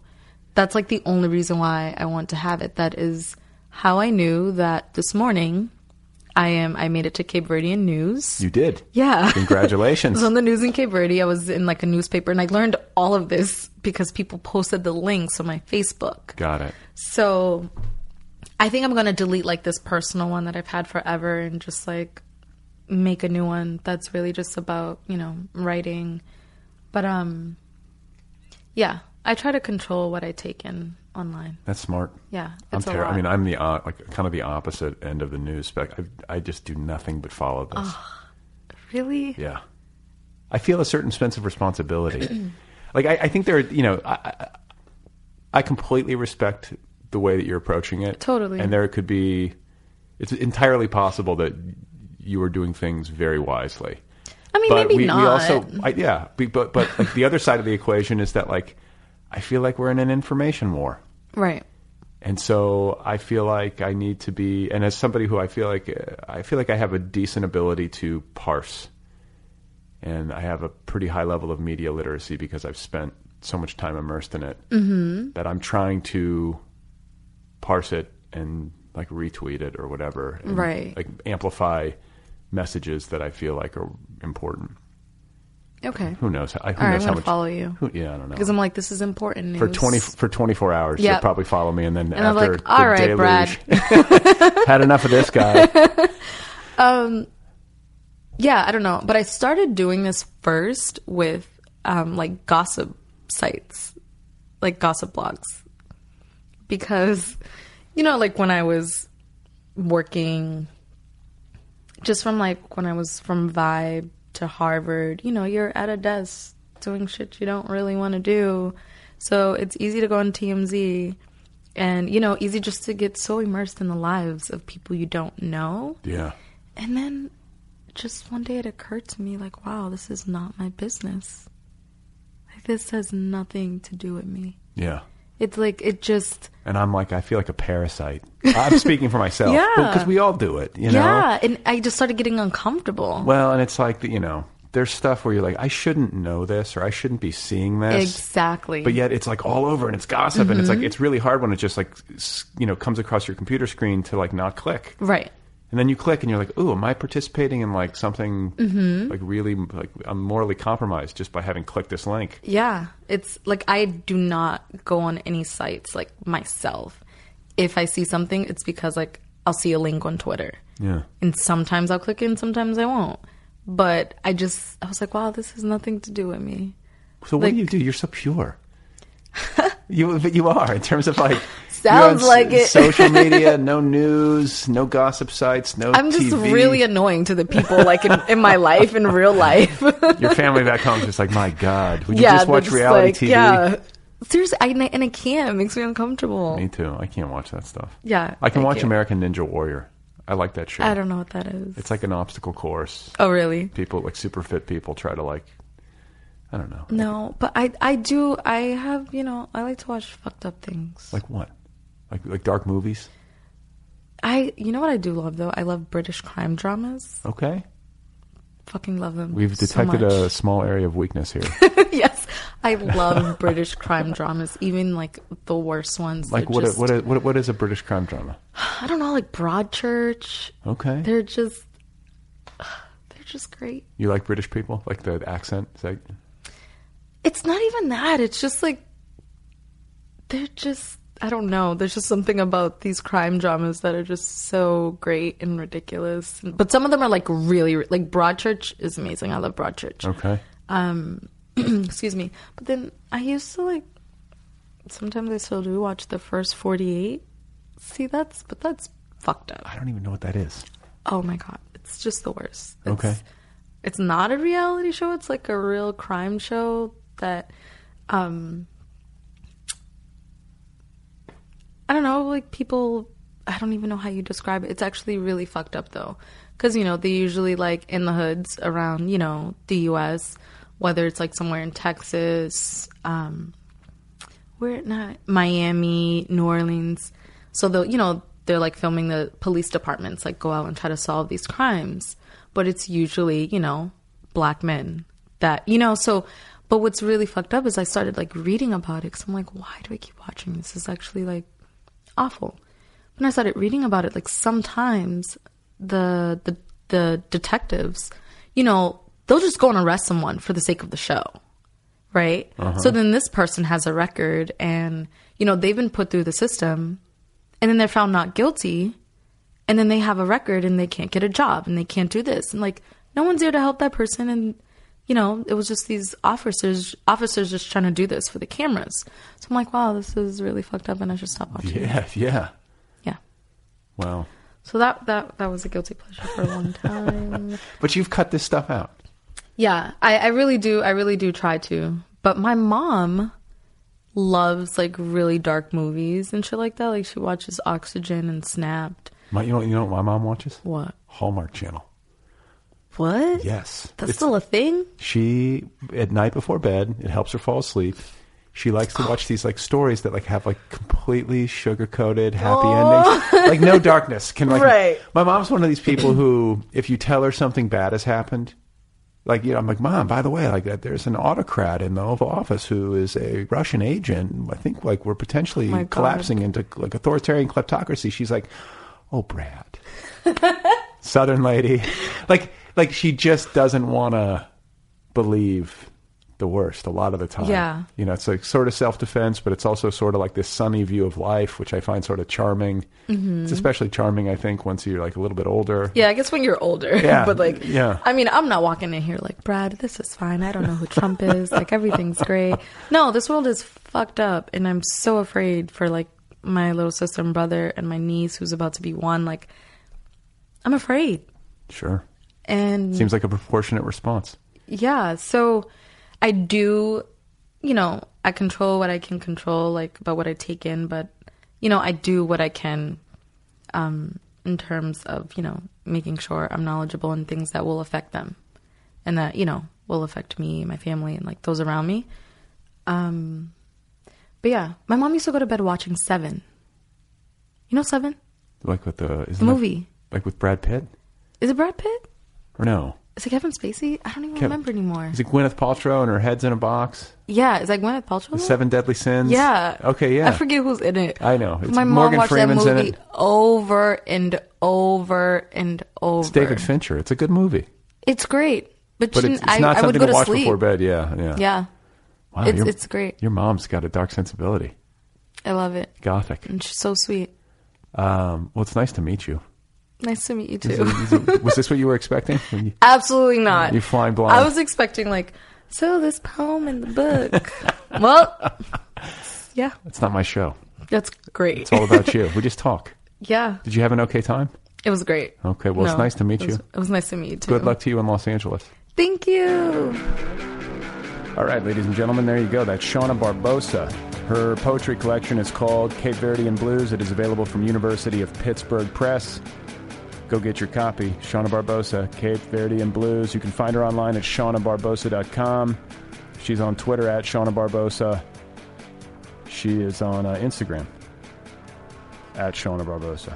that's like the only reason why I want to have it. That is how I knew that this morning I am I made it to Cape Verdean news.
You did.
yeah. I
Congratulations.
was on the news in Cape Verde. I was in like a newspaper and I learned all of this because people posted the links on my Facebook.
got it.
So I think I'm going to delete like this personal one that I've had forever and just like make a new one that's really just about, you know, writing. But um yeah, I try to control what I take in online.
That's smart.
Yeah,
I'm
it's a
terrible. I
lot.
mean, I'm the uh, like kind of the opposite end of the news spec. I, I just do nothing but follow this.
Really?
Yeah. I feel a certain sense of responsibility. like, I, I think there are, you know, I, I, I completely respect the way that you're approaching it.
Totally.
And there could be, it's entirely possible that you are doing things very wisely.
I mean,
But
maybe
we,
not.
we also, I, yeah, we- but, but like, the other side of the equation is that, like, I feel like we're in an information war.
right.
And so I feel like I need to be, and as somebody who I feel like uh, I feel like I have a decent ability to parse, and I have a pretty high level of media literacy because I've spent so much time immersed in it mm-hmm. that I'm trying to parse it and like retweet it or whatever, and,
Right.
Like amplify messages that I feel like are important.
Okay.
Who knows? I, who
All right, I'm
knows how
gonna
much?
follow you.
Who, yeah, I don't know.
Because I'm like, this is important news.
for twenty for twenty four hours,
Yep.
you'll probably follow me, and then
And I'm
after
like,
the
all right, Brad.
deluge, had enough of this guy.
yeah, I don't know. But I started doing this first with um, like gossip sites, like gossip blogs. Because, you know, like when I was working just from like when I was from Vibe to Harvard, you know, you're at a desk doing shit you don't really want to do. So it's easy to go on TMZ and, you know, easy just to get so immersed in the lives of people you don't know.
Yeah.
And then just one day it occurred to me like, wow, this is not my business. Like, this has nothing to do with me.
Yeah.
It's like, it just.
And I'm like, I feel like a parasite. I'm speaking for myself.
Yeah.
Because we all do it, you know?
Yeah. And I just started getting uncomfortable.
Well, and it's like, you know, there's stuff where you're like, I shouldn't know this or I shouldn't be seeing this.
Exactly. Mm-hmm.
But yet it's like all over and it's gossip and it's like, it's really hard when it just like, s- you know, comes across your computer screen to like not click.
Right.
And then you click and you're like, ooh, am I participating in like something
Mm-hmm.
like really, like I'm morally compromised just by having clicked this link?
Yeah. It's like I do not go on any sites like myself. If I see something, it's because like I'll see a link on Twitter.
Yeah.
And sometimes I'll click it and sometimes I won't. But I just, I was like, wow, this has nothing to do with me.
So what do
Like-
you do? You're so pure. you but you are in terms of like
Sounds
you're on
like it.
social media, no news, no gossip sites, no.
I'm just
TV.
really annoying to the people like in, in my life, in real life.
Your family back home is just like, my God, would you just
they're
watch reality
like,
TV?
Yeah. Seriously, I, and I- and I can't. It makes me uncomfortable.
Me too. I can't watch that stuff.
Yeah,
I can
I
watch
can't.
American Ninja Warrior. I like that show.
I don't know what that is.
It's like an obstacle course.
oh, really?
People like super fit people try to like. I don't know.
No, but I I do I have you know I like to watch fucked up things.
Like what? Like like dark movies.
I you know what I do love though I love British crime dramas.
Okay.
Fucking love them.
We've detected
so
a
much.
small area of weakness here.
yes. I love British crime dramas, even like the worst ones.
Like
They're
what,
just-
what, is, what? What is a British crime drama?
I don't know, like Broadchurch.
Okay.
They're just they're just great.
you like British people? Like the accent? Is that,
It's not even that. It's just like they're just I don't know. There's just something about these crime dramas that are just so great and ridiculous. But some of them are like really like Broadchurch is amazing. I love Broadchurch.
okay.
Um excuse me. But then I used to like sometimes I still do watch the first 48. See, that's but that's fucked up.
I don't even know what that is.
Oh my god, it's just the worst. It's,
Okay.
It's not a reality show. It's like a real crime show that, um, I don't know. Like people, I don't even know how you describe it. It's actually really fucked up though, because you know they usually like in the hoods around you know the U.S. Whether it's like somewhere in Texas, um, where not Miami, New Orleans. So the you know they're like filming the police departments like go out and try to solve these crimes, but it's usually you know black men that you know so. But what's really fucked up is I started like reading about it because I'm like, why do I keep watching this? Is actually like awful. When I started reading about it, like sometimes the the the detectives, you know, they'll just go and arrest someone for the sake of the show right? So then this person has a record and, you know, they've been put through the system and then they're found not guilty and then they have a record and they can't get a job and they can't do this. And like, no one's there to help that person. And, you know, it was just these officers, officers just trying to do this for the cameras. So I'm like, wow, this is really fucked up and I should stop watching. it.
Yeah, yeah.
Yeah.
Wow.
So that, that, that was a guilty pleasure for a long time.
But you've cut this stuff out.
Yeah, I, I really do. I really do try to. But my mom loves like really dark movies and shit like that. Like she watches Oxygen and Snapped.
My, you know, you know what my mom watches?
What?
Hallmark Channel.
What?
Yes.
That's
It's-
still a thing?
she at night before bed. It helps her fall asleep. She likes
Oh.
to watch these like stories that like have like completely sugar coated happy endings, like no darkness can like.
Oh. Right.
My mom's one of these people who, if you tell her something bad has happened, like you know, I'm like, mom, by the way, like that there's an autocrat in the Oval Office who is a Russian agent. I think like we're potentially
Oh my God.
collapsing into like authoritarian kleptocracy. She's like, oh, Brad. Southern lady. Like like she just doesn't want to believe the worst a lot of the time.
Yeah.
You know, it's like sort of self-defense, but it's also sort of like this sunny view of life, which I find sort of charming. It's especially charming, I think, once you're like a little bit older.
Mm-hmm. Yeah, I guess when you're older.
Yeah,
but like,
yeah.
I mean, I'm not walking in here like, Brad, this is fine. I don't know who Trump is. Like, everything's great. No, this world is fucked up. And I'm so afraid for like my little sister and brother and my niece who's about to be one, like I'm afraid.
Sure.
And
Seems like a proportionate response.
yeah, so I do, you know, I control what I can control, like about what I take in, but you know, I do what I can um in terms of, you know, making sure I'm knowledgeable in things that will affect them and that, you know, will affect me, my family and like those around me. Um but yeah, my mom used to go to bed watching 7. You know 7?
Like with the isn't that-
The movie.
like with Brad Pitt
Is it Brad Pitt?
or no?
Is it Kevin Spacey? I don't even
Kev-
remember anymore.
Is it Gwyneth Paltrow and her head's in a box?
yeah, is that Gwyneth Paltrow?
The
in it?
Seven Deadly Sins.
Oh. Yeah.
Okay. Yeah.
I forget who's in it.
I know. It's
My mom
Morgan
watched
Freeman's in
that movie
it.
over and over and over.
It's David Fincher. It's a good movie,
It's great, but,
but
she-
it's, it's
I,
not
I would
something
go
to
to
watch
sleep.
before bed. Yeah. Yeah.
Yeah,
Wow,
it's
your-
it's great.
Your mom's got a dark sensibility.
I love it,
Gothic.
and she's so sweet.
Um, well, it's nice to meet you.
Nice to meet you
Is it-
too.
is it- was this what you were expecting? When you-
Absolutely not.
You're flying blind.
Uh, I was expecting like, so this poem in the book. well, yeah,
It's not my show.
that's great.
It's all about you. We just talk.
yeah,
Did you have an okay time?
it was great.
Okay, well, it's nice to meet
it was-
you.
It was nice to meet you too.
Good luck to you in Los Angeles.
Thank you.
All right, ladies and gentlemen, there you go. That's Shauna Barbosa. Her poetry collection is called Cape Verdean Blues. It is available from University of Pittsburgh Press. Go get your copy. Shauna Barbosa, Cape Verdean Blues. You can find her online at shaunabarbosa.com. She's on Twitter at Shauna Barbosa. She is on uh, Instagram at Shauna Barbosa.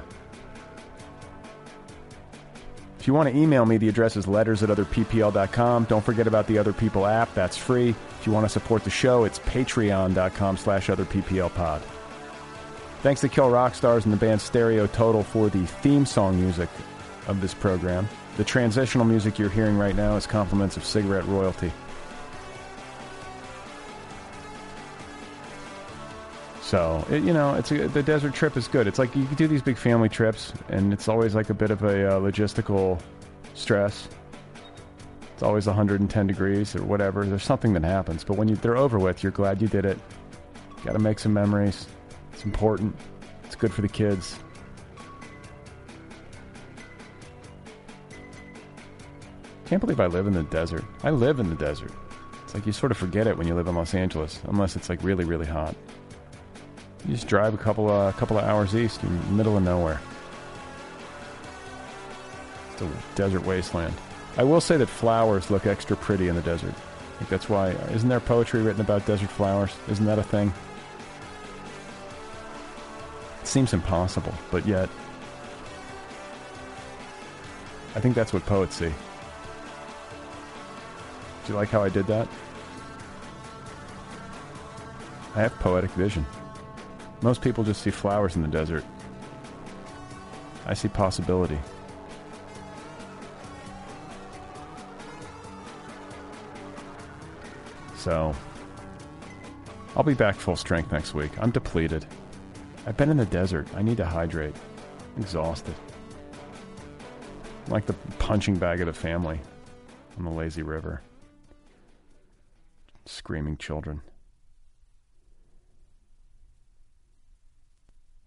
If you want to email me, the address is letters at otherppl.com. Don't forget about the Other People app. That's free. If you want to support the show, it's patreon.com slash otherpplpod. Thanks to Kill Rock Stars and the band Stereo Total for the theme song music of this program. The transitional music you're hearing right now is compliments of Cigarette Royalty. So it, you know, it's a, the desert trip is good. It's like you do these big family trips, and it's always like a bit of a uh, logistical stress. It's always 110 degrees or whatever. There's something that happens, but when you, they're over with, you're glad you did it. Got to make some memories. It's important. It's good for the kids. Can't believe I live in the desert. I live in the desert. It's like you sort of forget it when you live in Los Angeles, unless it's like really, really hot. You just drive a couple uh, a couple of hours east, in the middle of nowhere. It's a desert wasteland. I will say that flowers look extra pretty in the desert. I think that's why. Isn't there poetry written about desert flowers? Isn't that a thing? It seems impossible, but yet, I think that's what poets see. Do you like how I did that? I have poetic vision. Most people just see flowers in the desert. I see possibility. So, I'll be back full strength next week. I'm depleted. I've been in the desert. I need to hydrate. I'm exhausted. I'm like the punching bag of the family on the lazy river. Screaming children.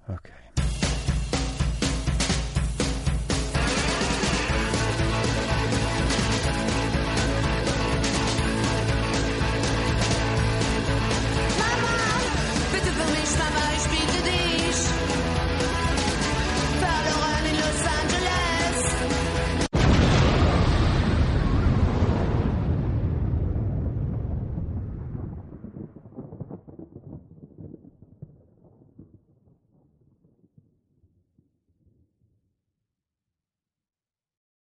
Okay.